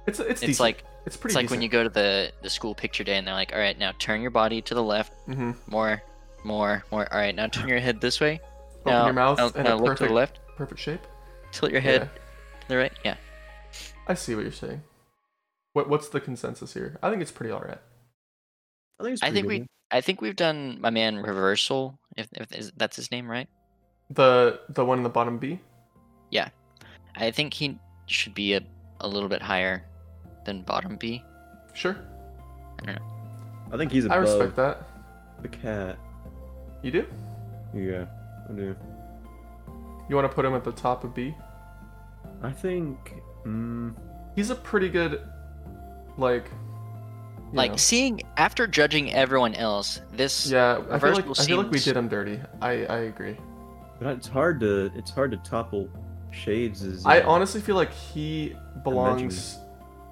It's it's It's decent. like it's it's pretty. like when you go to the the school picture day and they're like, "All right, now turn your body to the left hmm more, more, more. All right, now turn your head this way. open Now, your mouth now, in a now look to perfect the left. perfect shape. Tilt your head Yeah, to the right. Yeah. I see what you're saying. What what's the consensus here? I think it's pretty all right. I think it's I pretty think we good. I think we've done my man reversal. If, if is, that's his name, right? The the one in the bottom B. I think he should be a, a little bit higher than bottom B. Sure, I think he's I above respect that. the cat. You do? Yeah, I do. You want to put him at the top of B? I think. Mm, He's a pretty good, like, you Like know. seeing after judging everyone else, this yeah. I feel like reversal I feel like we seems- did him dirty. I I agree. but it's hard to it's hard to topple Shades. Is uh, I honestly feel like he belongs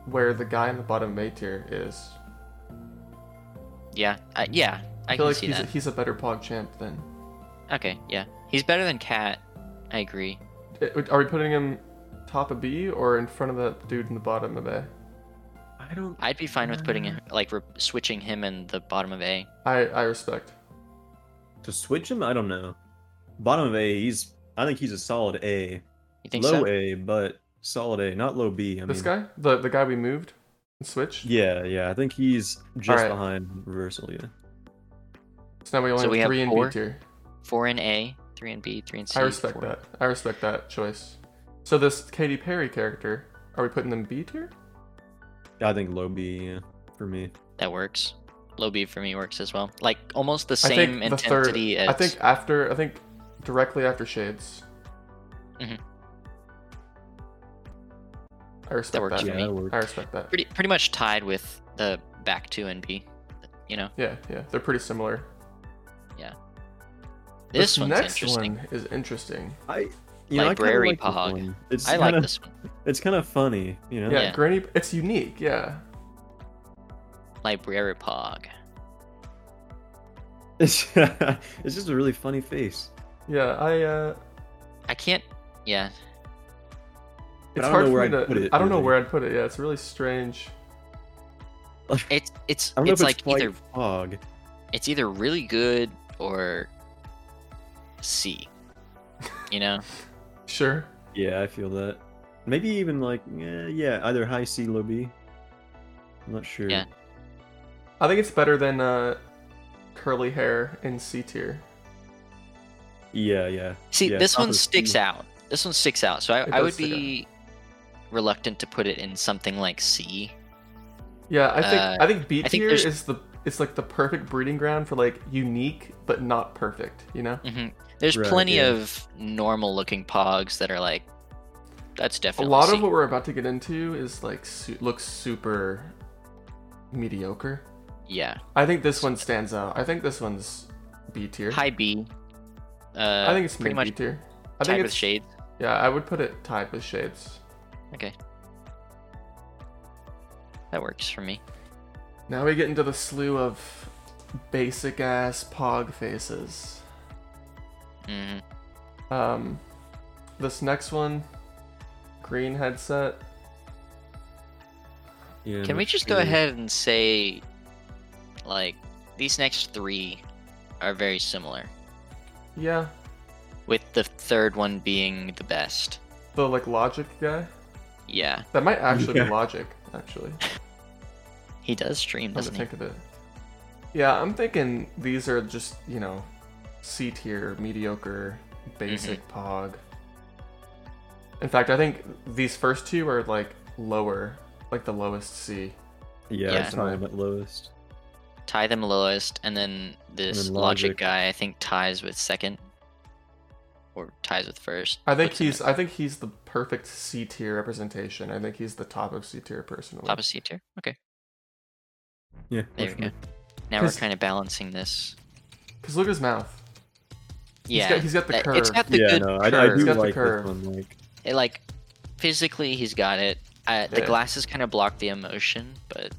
where the guy in the bottom A tier is. yeah, I, yeah, I, I can feel like see he's that. he's a better pog champ than. Okay, yeah, he's better than Cat. I agree. I- Are we putting him top of B or in front of that dude in the bottom of A? I don't. I'd be fine with Mm. putting him like re- switching him in the bottom of A. I I respect. To switch him, I don't know. Bottom of A, he's. I think he's a solid A. You think low so? A, but solid A, not low B. I this mean, guy, the the guy we moved and switched. Yeah, yeah. I think he's just Alright. behind Reversal. Yeah. So now we only So we have have three in four? B tier. Four in A, three in B, three in C. I respect four- that. I respect that choice. So this Katy Perry character, are we putting them B tier? I think low B. Yeah, for me. That works. Low B for me works as well. Like almost the I same think the third- intensity as I think after I think directly after Shades. Mhm. I respect That works that. for Yeah, me. that works. I respect that. pretty pretty much tied with the back two and B. You know, Yeah, yeah, they're pretty similar. this, one's next interesting. one is interesting. I. You know, I kinda Library like this Pog. one. It's I kinda, like this one. It's kind of funny, you know. Yeah, Yeah. Granny. It's unique. Yeah, Library Pog. It's, it's just a really funny face. yeah. I. uh I can't. Yeah, It's I don't hard know for where me to. I'd put it, I don't know really. where I'd put it. Yeah, it's really strange. it's it's I don't know it's if like it's either White Fog. it's either really good or C. You know, Sure. Yeah, I feel that. Maybe even like yeah, yeah, either high C, low B. I'm not sure. Yeah. I think it's better than uh curly hair in C tier. yeah, yeah. see Yeah, this top one of sticks C. out. This one sticks out. So I, It I does would stick out. be reluctant to put it in something like C. Yeah, I think Uh, I think B I think tier there's- is the it's like the perfect breeding ground for like unique but not perfect. You know, hmm There's Right, plenty yeah. of normal looking Pogs that are like that's a definitely lot C. of what we're about to get into is like su- looks super mediocre. yeah I think this one stands out. I think this one's B tier. high B. Uh, I think it's pretty pretty much B tier. I tied think with it's Shade. yeah. I would put it tied with Shades. Okay, that works for me. Now we get into the slew of basic ass pog faces. hmm Um, this next one, green headset. yeah Can we just go ahead and say, like, these next three are very similar, Yeah, with the third one being the best. the like logic guy. Yeah, That might actually Yeah. be logic. Actually, he does stream, come to doesn't he? think of it. Yeah, I'm thinking these are just you know, C tier, mediocre, basic pog. In fact, I think these first two are like lower, like the lowest C. Yeah, Yeah. it's time at lowest. Tie them lowest, and then this then logic. Logic. guy I think ties with second, or ties with first. I think puts him he's I think he's the perfect C tier representation. I think he's the top of C tier personally. at top of C tier. Okay, Yeah. there we works for go. me. Now we're 'Cause- kind of balancing this. Cause look at his mouth. Yeah, got- he's got the that- It's curve. got the yeah, good no, curve. I, I do He's got the like this curve. one. Like, it, like physically he's got it. Uh, The Yeah. glasses kind of block the emotion, but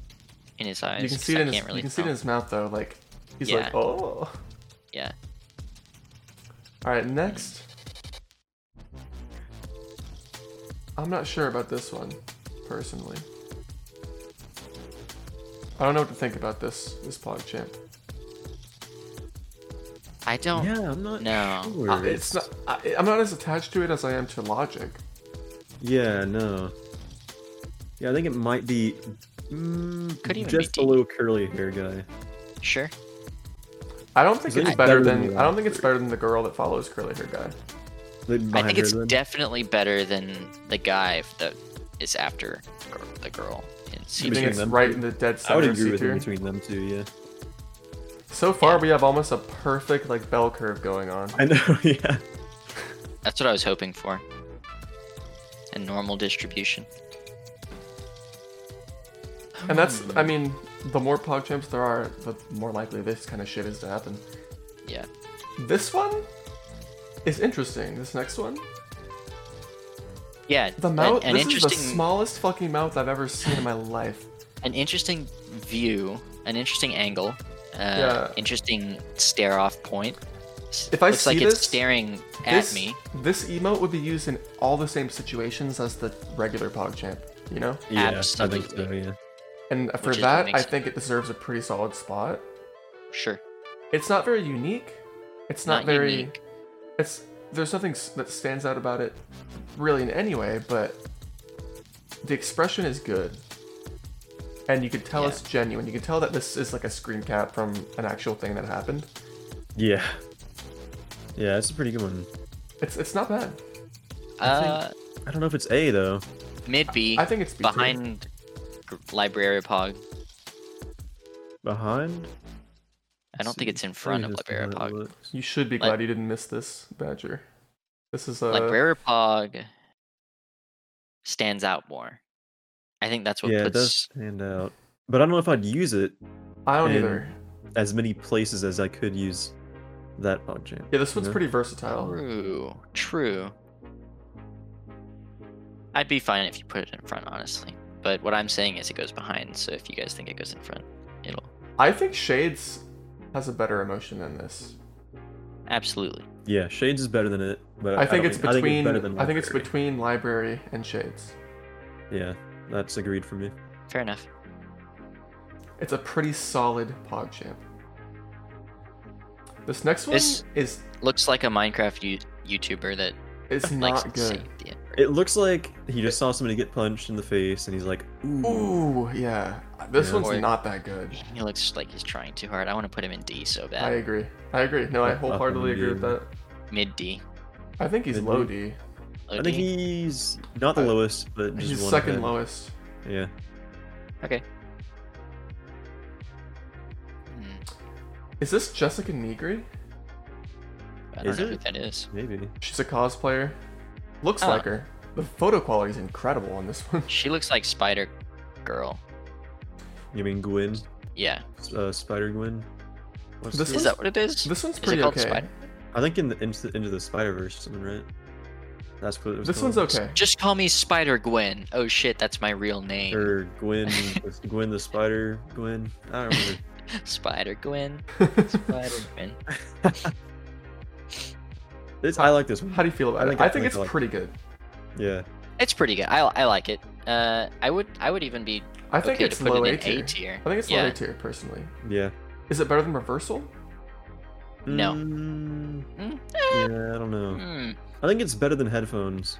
in his eyes, You can 'cause see it I in his, can't really you can see it in tell. his mouth though. Like he's like, Yeah. oh. Yeah. All right, next. I'm not sure about this one, personally. I don't know what to think about this this plug champ. I don't. Yeah, I'm not Oh. No. sure. Uh, it's not. I, I'm not as attached to it as I am to logic. Yeah, no. Yeah, I think it might be mm, Could even be just D. below curly hair guy. Sure. I don't think Is it it's better better than than. the I don't think it's better than the girl that follows curly hair guy. Like, I behind think her it's then. definitely better than the guy that is after gir- the girl in You think season. Between it's them right two. in the dead I would center of agree C with him tier. between them two. Yeah. So far, we have almost a perfect like bell curve going on. I know. Yeah. That's what I was hoping for. A normal distribution. And that's, I mean, the more pog champs there are, the more likely this kind of shit is to happen. Yeah. This one is interesting. This next one, Yeah. the an- mouth. An, this interesting, is the smallest fucking mouth I've ever seen in my life. an interesting view, an interesting angle, uh, Yeah. interesting stare-off point. S- If I looks like see it's this, staring This, at me. This emote would be used in all the same situations as the regular pog champ. You know, Yeah. I think so. Absolutely. Yeah. and for Which is what that, makes I it- think it deserves a pretty solid spot. Sure. It's not very unique. It's not, Not very. unique. It's there's nothing s- that stands out about it, really in any way. But the expression is good, and you could tell Yeah. it's genuine. You can tell that this is like a screen cap from an actual thing that happened. Yeah. Yeah, it's a pretty good one. It's it's not bad. Uh, I don't know if it's A though. mid B. I think it's B tier. behind Gr- Library Pog. Behind. I don't think it's in front of Library Pog. You should be Like- glad you didn't miss this, Badger. This is uh, a like Rare Pog stands out more. I think that's what Yeah, it does puts stand out. But I don't know if I'd use it I don't and- either. as many places as I could use that pog jam. Yeah, this one's Yeah. pretty versatile. true. True. I'd be fine if you put it in front, honestly. But what I'm saying is it goes behind. So if you guys think it goes in front, it'll I think Shades has a better emotion than this. absolutely. Yeah, Shades is better than it, but I think don't it's between. better than I think it's Library. between Library and Shades. Yeah, that's agreed for me. Fair enough. It's a pretty solid pog champ. This next one This- is Looks like a Minecraft you- YouTuber that is likes not to save good. the Ember. It looks like he just saw somebody get punched in the face, and he's like, "Ooh, Ooh, yeah. This Yeah. one's Or- not that good. He looks like he's trying too hard. I want to put him in D so I bad. agree. I agree. No, I Yeah, wholeheartedly fucking agree with dude. that. Mid D. I think he's Good low dude. D. Low I think D? he's not the Uh, lowest, but just He's one second ahead. lowest. Yeah, Okay. Hmm, Is this Jessica Negri? I don't Is know it? who that is. maybe. She's a cosplayer. Looks Oh. like her. The photo quality is incredible on this one. She looks like Spider Girl. You mean Gwen, Yeah. uh, Spider Gwen? What's This her- Is that what it is? This one's it pretty called okay. Spider? I think in the into, into the Spider Verse, something right? That's what it was. This called. one's okay. Just call me Spider Gwen. Oh shit, that's my real name. Or Gwen, Gwen the Spider Gwen. I don't remember. Spider Gwen. Spider Gwen. This, I like this one. How do you feel about I it? think I I think kinda it's like- pretty good. Yeah, It's pretty good. I, I like it. Uh, I would I would even be I think okay it's to put low it A in A tier. tier. I think it's yeah. low A tier personally. yeah. Is it better than Reversal? No. Mm, Mm, yeah, I don't know. Hmm. I think it's better than headphones,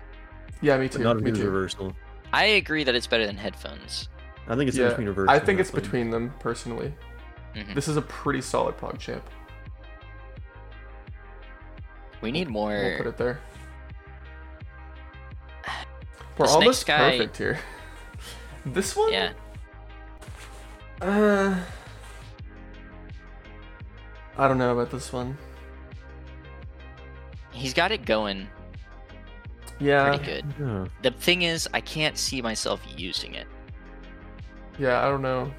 Yeah, me but too. not if Me it's too. reversal. I agree that it's better than headphones. I think it's in Yeah, between reversal. I and think it's headphone. between them personally. Mhm. This is a pretty solid pog champ. We We'll need put more. it there. We're This next almost guy- perfect here. this one, Yeah. uh, I don't know about this one. He's got it going Yeah, pretty good. Yeah. The thing is, I can't see myself using it. yeah, I don't know.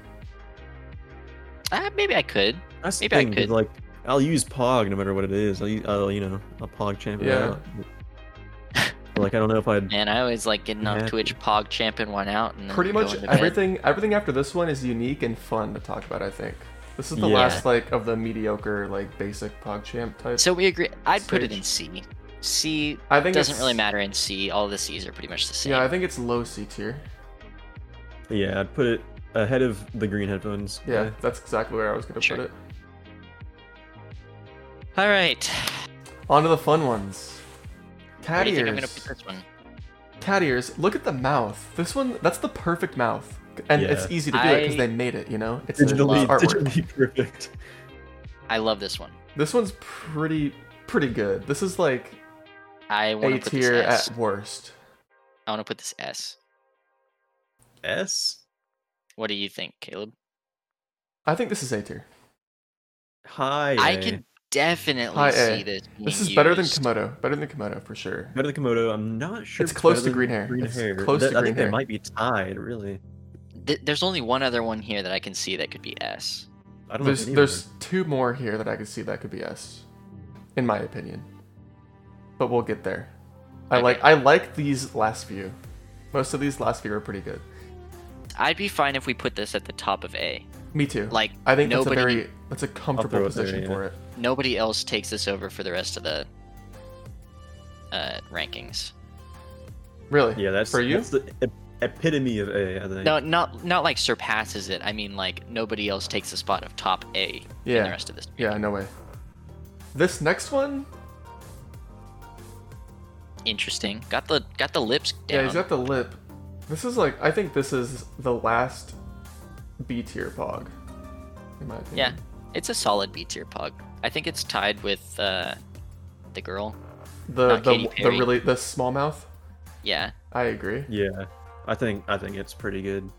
Uh, maybe I could. That's the Maybe I thing, 'cause, could. like I'll use Pog no matter what it is. I'll, u- I'll you know, I'll Pog champ it Yeah. out. But, like I don't know if I'd. Man, I always like getting off Yeah. Twitch, Pog champing one out, and then Pretty much going to bed. everything, everything after this one is unique and fun to talk about. I think. This is the Yeah. last like of the mediocre like basic PogChamp type. So we agree. I'd put it Sage. in C. C I think doesn't it's- really matter in C. All the C's are pretty much the same. Yeah, I think it's low C tier. Yeah, I'd put it ahead of the green headphones. Yeah, that's exactly where I was gonna Sure. put it. All right. On to the fun ones. Where Cat do you think I'm gonna ears. put this one? Cat ears. Look at the mouth. This one, that's the perfect mouth, and Yeah. it's easy to do it because they I- made it. You know, it's a Digitally, artwork. digitally perfect. I love this one. This one's pretty pretty good. This is like I want A to put this tier S. at worst. I want to put this S. S? What do you think, Caleb? I think this is A tier. Hi. I A. can definitely Hi, A. see this. being This is better than used. Komodo. Better than Komodo for sure. Better than Komodo. I'm not sure. It's if close better to than green hair. Green It's hair. close to Th- I green think they hair. might be tied, really. Th- there's only one other one here that I can see that could be S. I don't There's know. if any of there's them- two more here that I could see that could be S, in my opinion. But we'll get there. I Okay. like I like these last few. Most of these last few are pretty good. I'd be fine if we put this at the top of A. Me too. Like, I think that's a nobody- very that's a comfortable throw it there, position yeah. for it. Nobody else takes this over for the rest of the uh, rankings. Really? Yeah, that's for you. That's the ep- epitome of A, I think. No, not not like surpasses it. I mean, like nobody else takes the spot of top A in Yeah. the rest of this. yeah, no way. This next one, Interesting. Got the got the lips yeah, down. he's got the lip. This is like I think this is the last B tier pog, in my Yeah, opinion. it's a solid B tier pug. I think it's tied with uh, the girl. The Not the, Katy the Perry. really the small mouth. Yeah, I agree. Yeah, I think I think it's pretty good.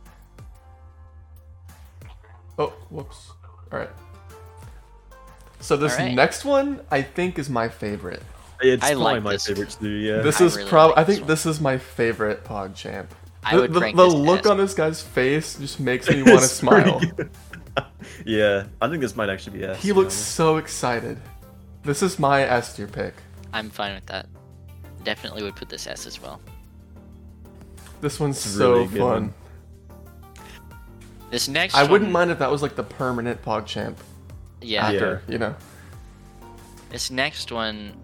Oh, whoops. All right. So this All right. next one, I think, is my favorite. It's I probably like my this. favorite too. Yeah. This I is really prob. like I this think one. this is my favorite Pog Champ. I The, would the, rank the this look as- on this guy's face just makes me want to It's pretty smile. good. yeah, I think this might actually be S. He to be looks so excited. This is my S tier pick. I'm fine with that. Definitely would put this S as well. This one's It's a so really good fun. one. This next. I wouldn't one- mind if that was like the permanent Pog Champ Yeah, Yeah. after, you know. This next one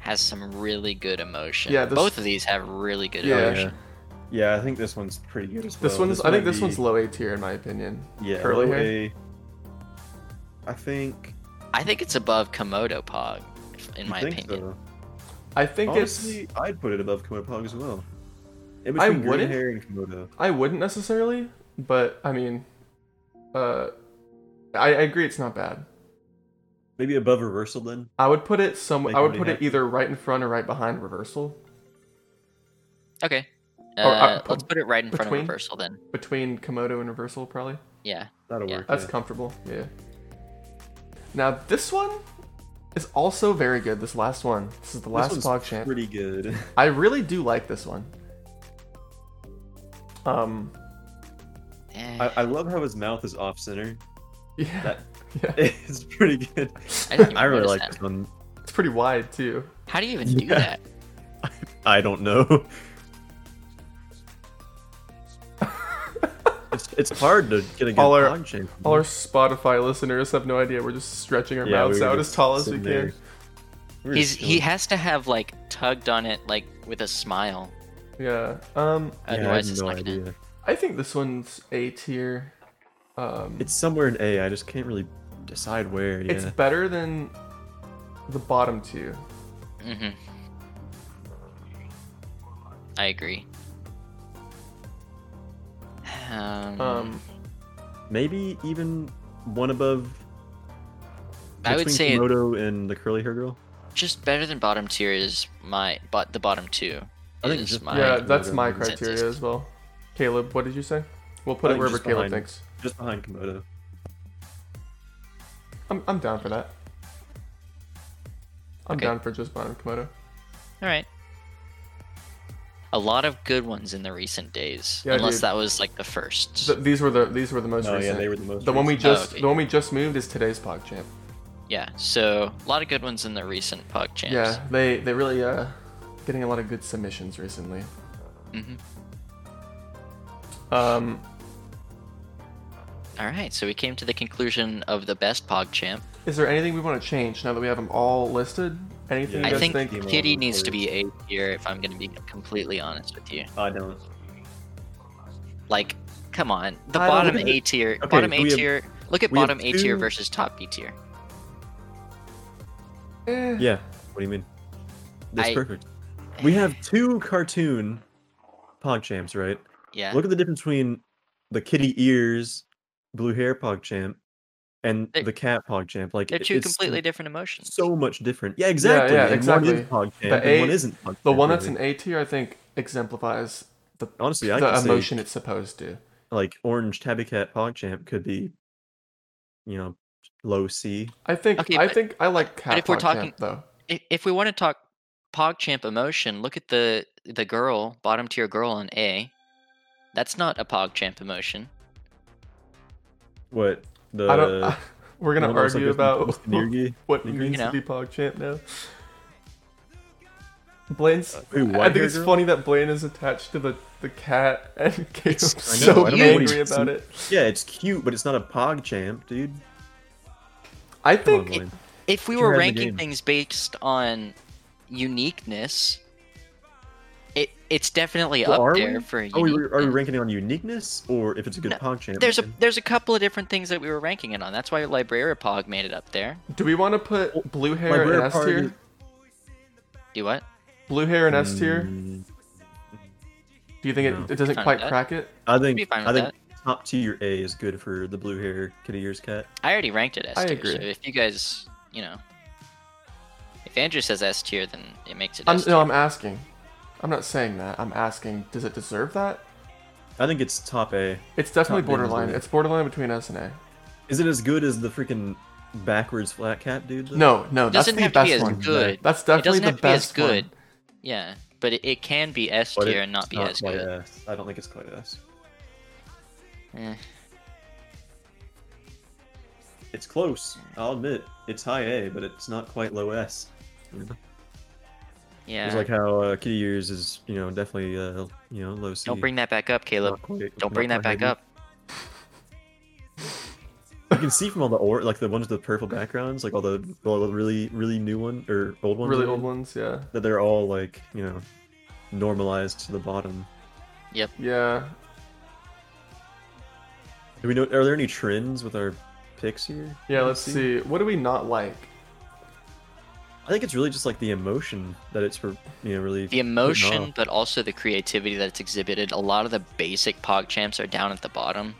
has some really good emotion. Yeah, this- Both of these have really good Yeah. honest. emotion. Oh, Yeah. Yeah, I think this one's pretty good as well. This one's I think might this be- one's low A tier in my opinion. yeah, curly low hair. A. I think. I think it's above Komodo Pog, in you my think opinion. so? I think Honestly, it's I'd put it above Komodo Pog as well. In I between green wouldn't. hair and Komodo. I wouldn't necessarily, but I mean uh I, I agree it's not bad. Maybe above reversal then. I would put it some Make I would everybody put it happy. either right in front or right behind reversal. Okay. Uh, Or, uh, let's put it right in front of between? reversal then. Between Komodo and reversal probably. Yeah. That'll Yeah. work. That's yeah. comfortable. Yeah. Now this one is also very good. This last one. This is the last this Pog one's Champ. pretty good. I really do like this one. Um. Eh, I, I love how his mouth is off center. Yeah. That- yeah. It's pretty good. I didn't even I really notice like that. this one. It's pretty wide too. How do you even do Yeah. that? I don't know. it's, it's hard to get a good All our- pog champ. All our Spotify listeners have no idea. We're just stretching our Yeah, we mouths were out just as tall as we sitting can. there. We were He's just he chilling. has to have like tugged on it like with a smile. Yeah. Um. Yeah, I Otherwise, have it's no not gonna- idea. I think this one's A tier. Um. It's, It's somewhere in A. I just can't really decide where. Yeah. better than the bottom two. hmm I agree. Um, Mm, Um. Maybe even one above. I would between say it- Komodo and the curly hair girl. just better than bottom tier is my but the bottom two. I think is just- my, yeah, that's my consensus. criteria as well. Caleb, what did you say? We'll put I it think wherever just Caleb behind. thinks. Just behind Komodo. I'm, I'm down for that. I'm Okay. down for just buying Komodo. All right. A lot of good ones in the recent days, Yeah, unless dude. that was like the first. Th- these were the these were the most No, Oh, yeah, recent. they were the most one we recent. just Oh, okay. the one we just moved is today's PogChamp. Yeah, so a lot of good ones in the recent pug champs. Yeah, they they really uh getting a lot of good submissions recently. Mm-hmm. Mhm. Um, All right, so we came to the conclusion of the best PogChamp. Is there anything we want to change now that we have them all listed? Anything Yeah. you I guys think think? Email Kitty them needs for to you. be A tier if I'm going to be completely honest with you. I don't. Like, come on. The I don't- bottom look at A tier, okay, bottom so A we have- tier. Look at we have bottom A tier two- versus top B tier. Eh, Yeah. What do you mean? That's I- perfect. We have two cartoon PogChamps, right? Yeah. Look at the difference between the kitty ears, blue hair PogChamp, and They're- the cat PogChamp. Like They're it- two it's completely different emotions. so much different. Yeah, exactly. yeah, and one is exactly. PogChamp, The and one A- isn't. PogChamp, The one that's really. an A tier, I think, exemplifies the honestly, I the could emotion it's supposed to. say like orange tabby cat PogChamp could be, you know, low C. I think Okay, I but- think I like cat if we're Pogchamp, talking- though. if, if we want to talk PogChamp emotion, look at the the girl, bottom tier girl on A. That's not a PogChamp emotion. What the? I don't. we're gonna one that looks like argue it's about Mr. Nergi? what You means know. to be PogChamp now. Blaine's. Uh, Wait, I white think hair it's girl? funny that Blaine is attached to the, the cat, and Caleb's I know, so I don't know what angry he- about it. Yeah, it's cute, but it's not a PogChamp, dude. I Come on, think Blaine. If we You're were out of the ranking game. things based on uniqueness, it it's definitely Well, up are there we? for Are we, are we uniqueness. ranking it on uniqueness or if it's a good No, PogChamp? There's a man? there's a couple of different things that we were ranking it on. That's why Libraripog made it up there. Do we want to put blue hair Library in S Oh, Party- tier? Do what? Blue hair in S tier? Mm, Do you think no. it, it doesn't Fine with quite that. crack it? I Be think fine I with think top tier A is good for the blue hair kitty ears cat. I already ranked it S I tier. agree. So if you guys, you know, if Andrew says S tier, then it makes it. I'm, S tier. no, I'm asking. I'm not saying that. I'm asking, does it deserve that? I think it's top A. It's definitely Top name is borderline. blue. It's borderline between S and A. Is it as good as the freaking backwards flat cat dude? though? No, no, that's doesn't the have to best be as one. good. That's it definitely doesn't the have to be as best good. one. Yeah, but it, it can be S But tier it's and not be not as quite good. S. I don't think it's quite S. Eh, It's close. I'll admit it's high A, but it's not quite low S. yeah. It's like how uh, kitty ears is, you know, definitely uh, you know low C. Don't bring that back up, Caleb. Not quite- Don't not bring that quite back hidden. up. You can see from all the or like the ones with the purple backgrounds, like all the, all the really really new one or old ones. I Really mean, old ones, yeah. That they're all like you know normalized to the bottom. Yeah. Do we know? Are there any trends with our picks here? Yeah, Can we let's see. What do we not like? I think it's really just like the emotion that it's for you know really The putting emotion, off. but also the creativity that's exhibited. A lot of the basic pog champs are down at the bottom,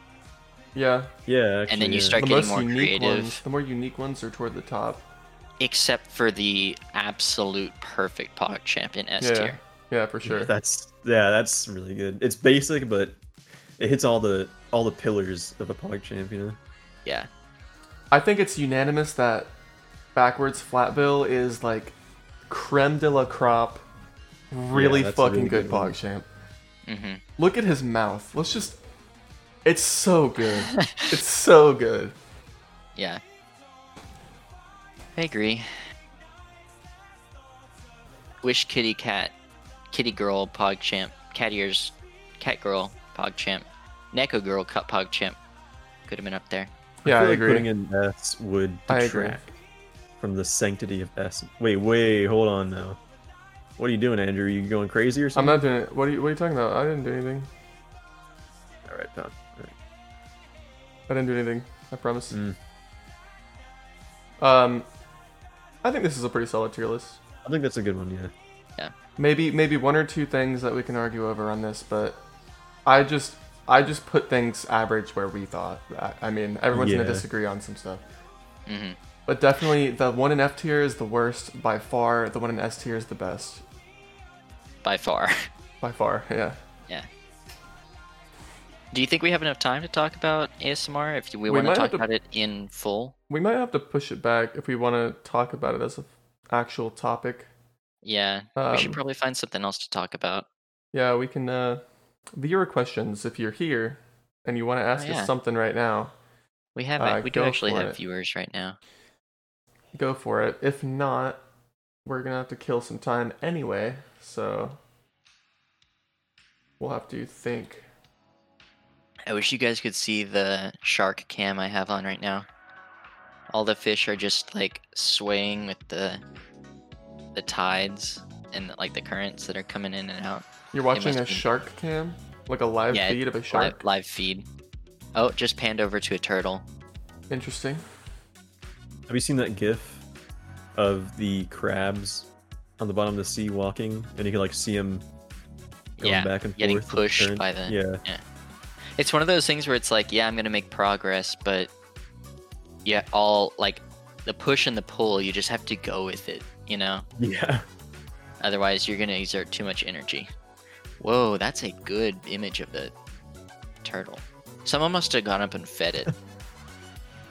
Yeah. Yeah, actually, and then you yeah. start the getting most more unique creative. ones. The more unique ones are toward the top. Except for the absolute perfect pog champ in S yeah. tier. Yeah, for sure. That's yeah, that's really good. It's basic, but it hits all the all the pillars of a pog champ. You know, Yeah. I think it's unanimous that backwards flatbill is like creme de la crop. Really Yeah, that's a fucking really good, good one. PogChamp. hmm Look at his mouth. Let's just. It's so good. it's so good. Yeah. I agree. Wish Kitty Cat, Kitty Girl, PogChamp, Cat Ears, Cat Girl, PogChamp, Neko Girl, Cut PogChamp. Could have been up there. Yeah, I, feel like agree. Putting in S would I agree. detract from the sanctity of S. Wait, wait, hold on now. What are you doing, Andrew? You going crazy or I'm something? not doing it. What are you? What are you talking about? I didn't do anything. All right, Tom. All right. I didn't do anything. I promise. Mm. Um, I think this is a pretty solid tier list. I think that's a good one. Yeah. Maybe maybe one or two things that we can argue over on this, but I just I just put things average where we thought. I, I mean, everyone's Yeah. gonna disagree on some stuff, hmm but definitely the one in F tier is the worst by far. The one in S tier is the best By far. by far. Yeah. yeah. Do you think we have enough time to talk about ASMR if We we, want might to have talk to- about it in full? We might have to push it back if we want to talk about it as an actual topic. Yeah. we Um, should probably find something else to talk about. Yeah, we can. Uh, viewer questions if you're here and you want to ask Oh, yeah. us something right now, We have uh, we do go actually for have it. viewers right now. go for it. If not, we're gonna have to kill some time anyway, so we'll have to think. I wish you guys could see the shark cam I have on right now. All the fish are just like swaying with the the tides and like the currents that are coming in and out. You're watching must a be- shark cam, like a live Yeah, feed of a Live, shark. live feed. Oh, it just panned over to a turtle. Interesting. Have you seen that GIF of the crabs on the bottom of the sea walking, and you can like see them going yeah, back and getting forth? with the pushed current? by the. Yeah, It's one of those things where it's like, yeah, I'm gonna make progress, but yeah, all like the push and the pull, you just have to go with it, you know. yeah. Otherwise, you're gonna exert too much energy. Whoa, that's a good image of the turtle. Someone must have gone up and fed it.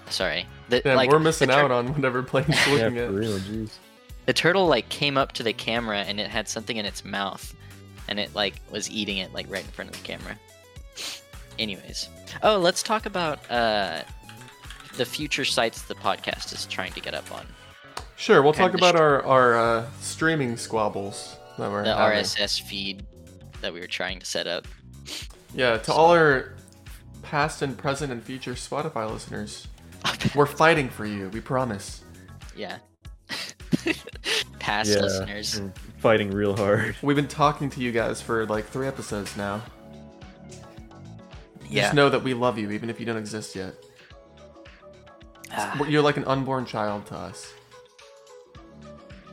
Sorry, the, Damn, like, we're missing the tur- out on whatever plane's yeah, looking for at. real, jeez. The turtle like came up to the camera and it had something in its mouth, and it like was eating it like right in front of the camera. Anyways, oh, let's talk about uh, the future sites the podcast is trying to get up on. Sure, we'll talk And the about sh- our our uh, streaming squabbles that we're The having. RSS feed that we were trying to set up. Yeah, to all our past and present and future Spotify listeners, we're fighting for you. We promise. Yeah. Past Yeah, listeners. we're fighting real hard. We've been talking to you guys for like three episodes now. Yeah. Just know that we love you, even if you don't exist yet. Ah, We're- You're like an unborn child to us.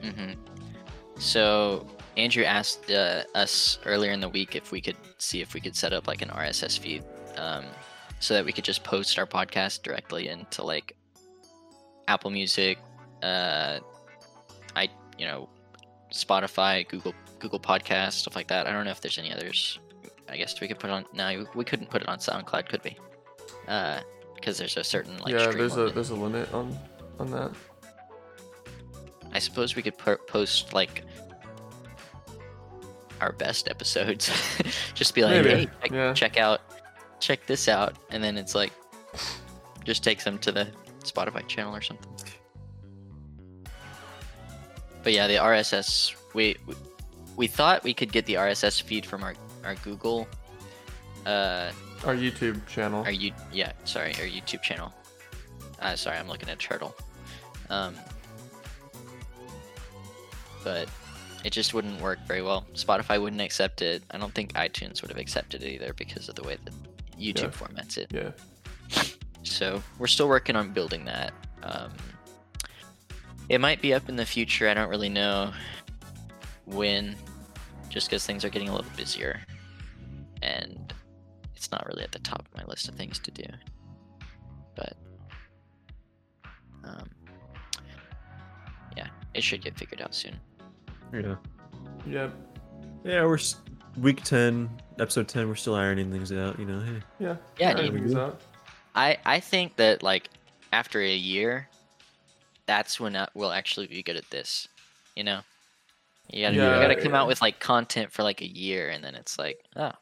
mhm. So Andrew asked uh, us earlier in the week if we could see if we could set up like an RSS feed, um, so that we could just post our podcast directly into like Apple Music, uh, I you know Spotify, Google Google Podcast, stuff like that. I don't know if there's any others. I guess we could put on. No, we couldn't put it on SoundCloud, could we? Because there's a certain like yeah, stream there's a limit. there's a limit on on that. I suppose we could per- post like our best episodes. just be like, Maybe, hey, check, yeah. check out, check this out, and then it's like, just takes them to the Spotify channel or something. But yeah, the RSS we we- we thought we could get the RSS feed from our our Google, uh, Our YouTube channel. our you yeah sorry our YouTube channel. Uh, sorry, I'm looking at turtle. Um, but it just wouldn't work very well. Spotify wouldn't accept it. I don't think iTunes would have accepted it either because of the way that YouTube Yeah. formats it. Yeah. So we're still working on building that. Um, it might be up in the future. I don't really know when, just because things are getting a little busier, and it's not really at the top of my list of things to do. But um, yeah, it should get figured out soon. Yeah, Yeah. yeah. We're s- week ten, episode ten. We're still ironing things out. You know, hey. Yeah. Yeah, Alright, dude. we can use that. I I think that like after a year, that's when I, we'll actually be good at this. You know, you gotta Yeah, you gotta come yeah. out with like content for like a year, and then it's like oh,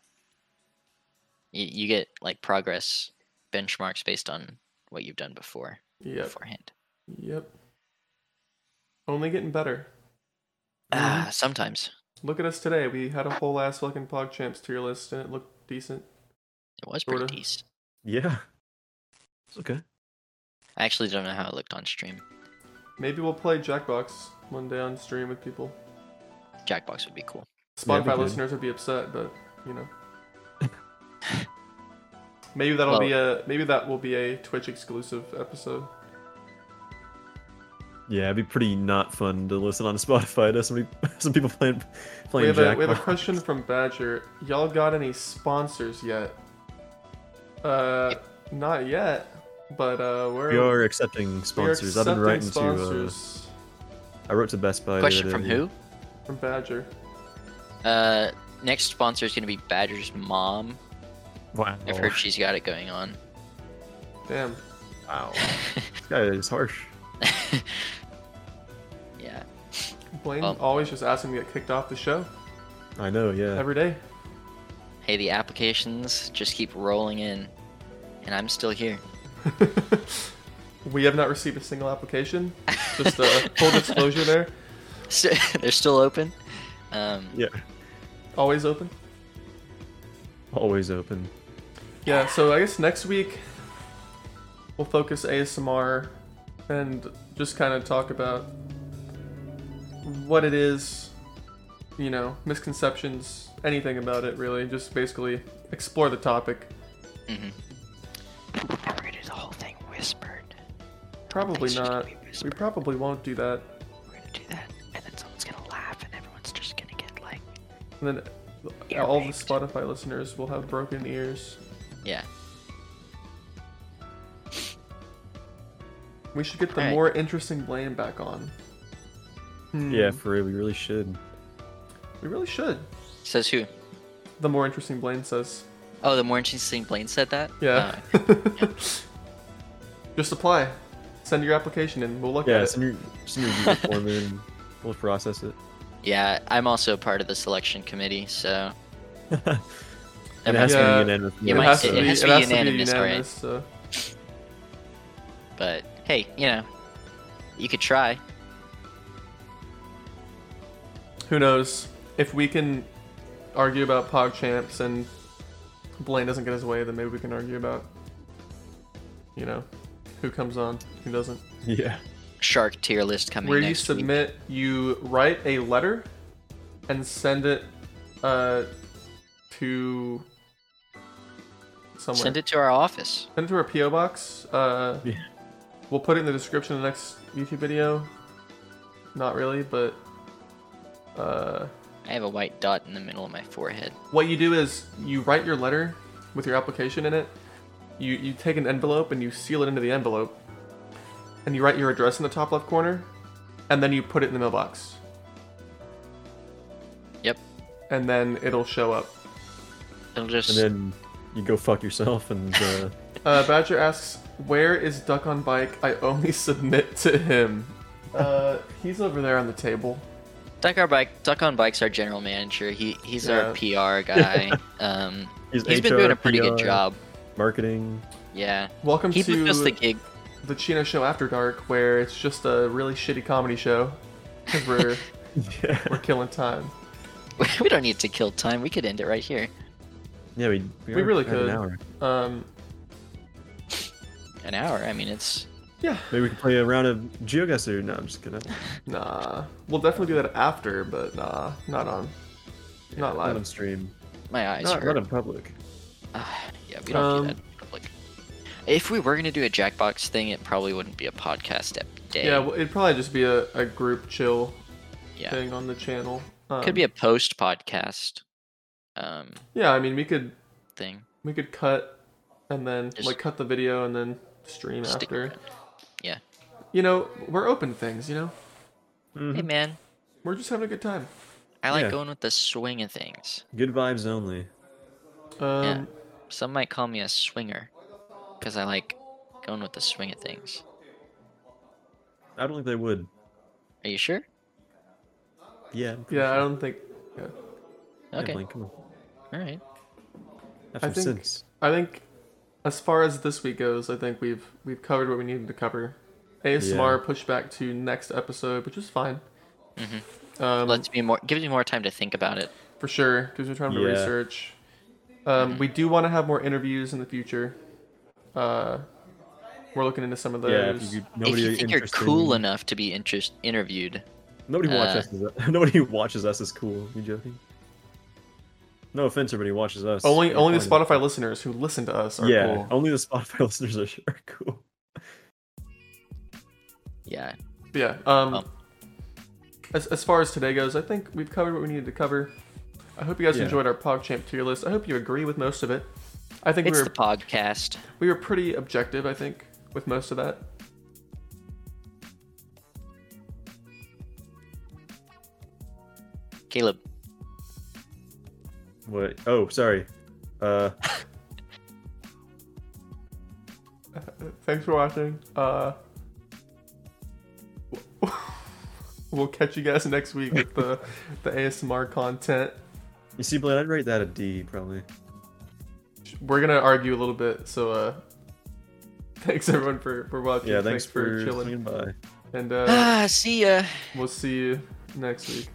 you, you get like progress benchmarks based on what you've done before Yep. beforehand. Yep. Only getting better. Mm-hmm. Ah, sometimes Look at us today. We had a whole ass fucking PogChamps tier list and it looked decent. it was pretty Sorta. decent. Yeah. It's okay. I actually don't know how it looked on stream. Maybe we'll play Jackbox one day on stream with people. Jackbox would be cool. Yeah, we Spotify could. listeners would be upset, but you know. maybe that'll be a maybe that will be a Twitch exclusive episode. Yeah, it'd be pretty not fun to listen on Spotify to somebody, some people playing We playing have, a, Jackbox. we have a question from Badger. Y'all got any sponsors yet? Uh, not yet, but uh, we're We are accepting we are sponsors. I've been accepting writing uh, sponsors to. Uh, I wrote to Best Buy. the Question other from day. who? from Badger. Uh, next sponsor is gonna be Badger's mom. Wow. I've Oh. heard she's got it going on. Damn. Wow. this guy is harsh. Yeah. Blaine Um, always just asking to get kicked off the show I know. Yeah. every day. Hey, the applications just keep rolling in, and I'm still here. we have not received a single application. Just uh, full disclosure there. So, they're still open. Um, yeah. Always open. Always open. yeah, so I guess next week we'll focus ASMR and just kind of talk about what it is, you know, misconceptions, anything about it really, just basically explore the topic. And we're gonna do the whole thing whispered. Probably It's just not. gonna be We whispered. probably won't do that. We're gonna do that, and then someone's gonna laugh, and everyone's just gonna get like. And then Ear all the raped. Spotify listeners will have broken ears. Yeah. We should get the Alright. more interesting Blaine back on. Hmm, Yeah, for real, we really should. We really should. Says who? The more interesting Blaine says. Oh, the more interesting Blaine said that. Yeah. Uh, Just apply. Send your application in. We'll look Yeah, at send your send your Google form in. We'll process it. yeah, I'm also a part of the selection committee, so. And it has Yeah. to be unanimous. You it. might- has it to be, has to it be has unanimous, to right? be unanimous. So. But hey, you know, you could try. Who knows? If we can argue about pog champs and Blaine doesn't get his way, then maybe we can argue about, you know, who comes on, who doesn't. Yeah. Shark tier list coming Where you next week. submit, you write a letter and send it uh, to somewhere. Send it to our office. Send it to our PO box. Uh, Yeah. We'll put it in the description of the next YouTube video. Not really, but uh, I have a white dot in the middle of my forehead. what you do is you write your letter with your application in it. You you take an envelope and you seal it into the envelope, and you write your address in the top left corner, and then you put it in the mailbox, Yep. and then it'll show up. It'll just. And then you go fuck yourself and uh, Uh, Badger asks, "Where is Duck on Bike? I only submit to him." Uh, he's over there on the table. Duck our bike. Duck on bikes. Our general manager. He he's our PR guy. um, He's he's been HR, doing a pretty good PR. job. marketing. Yeah. Welcome He to booked us the gig. the Chino Show After Dark, where it's just a really shitty comedy show because we're Yeah. we're killing time. We don't need to kill time. We could end it right here. Yeah, we We are really at an could. hour. Um, An hour. I mean, it's yeah, Maybe we can play a round of GeoGuessr. No, I'm just kidding. nah, we'll definitely do that after, but nah, not on, not Not on live. stream. my eyes Not, hurt. not in public. Ah, yeah, we don't Um, do that in public. If we were gonna do a Jackbox thing, it probably wouldn't be a podcast ep- day. Yeah, well, it'd probably just be a, a group chill Yeah. thing on the channel. Um, could be a post podcast um yeah. I mean, we could thing. we could cut and then Just- like cut the video and then stream Stick- after. Yeah. You know, we're open to things. You know, Hey Mm-hmm. man, we're just having a good time. I like Yeah. going with the swing of things. Good vibes only. Um, yeah. Some might call me a swinger, because I like going with the swing of things. I don't think they would. Are you sure? Yeah. Yeah, I don't think. Yeah. Okay. Blaine, come on. All right. Have I some think sense. I think, as far as this week goes, I think we've we've covered what we needed to cover. ASMR pushed back to next episode, which is fine. Um, Let's be more. Gives me more time to think about it. for sure, gives me time to Yeah. research. Um, we do want to have more interviews in the future. Uh, we're looking into some of Yeah, if those. you, nobody if you think you're cool interesting- enough to be interest interviewed, Nobody Uh, watches us. Nobody who watches us is cool. You joking? No offense, everybody who watches us. only You're only the fine. Spotify listeners who listen to us are Yeah, cool. only the Spotify listeners are, are cool. yeah, Yeah. Um, Um. As, as far as today goes, I think we've covered what we needed to cover. I hope you guys Yeah. enjoyed our PogChamp tier list. I hope you agree with most of it. I think we it's were, the podcast. we were pretty objective, I think, with most of that. Caleb, What? Oh, sorry. Uh, Thanks for watching. Uh, we'll catch you guys next week with the, the ASMR content. you see, Blaine, I'd rate that a D probably. We're going to argue a little bit, so uh, thanks everyone for, for watching. Yeah, thanks, for, chilling. swinging by. And uh, ah, see ya. we'll see you next week.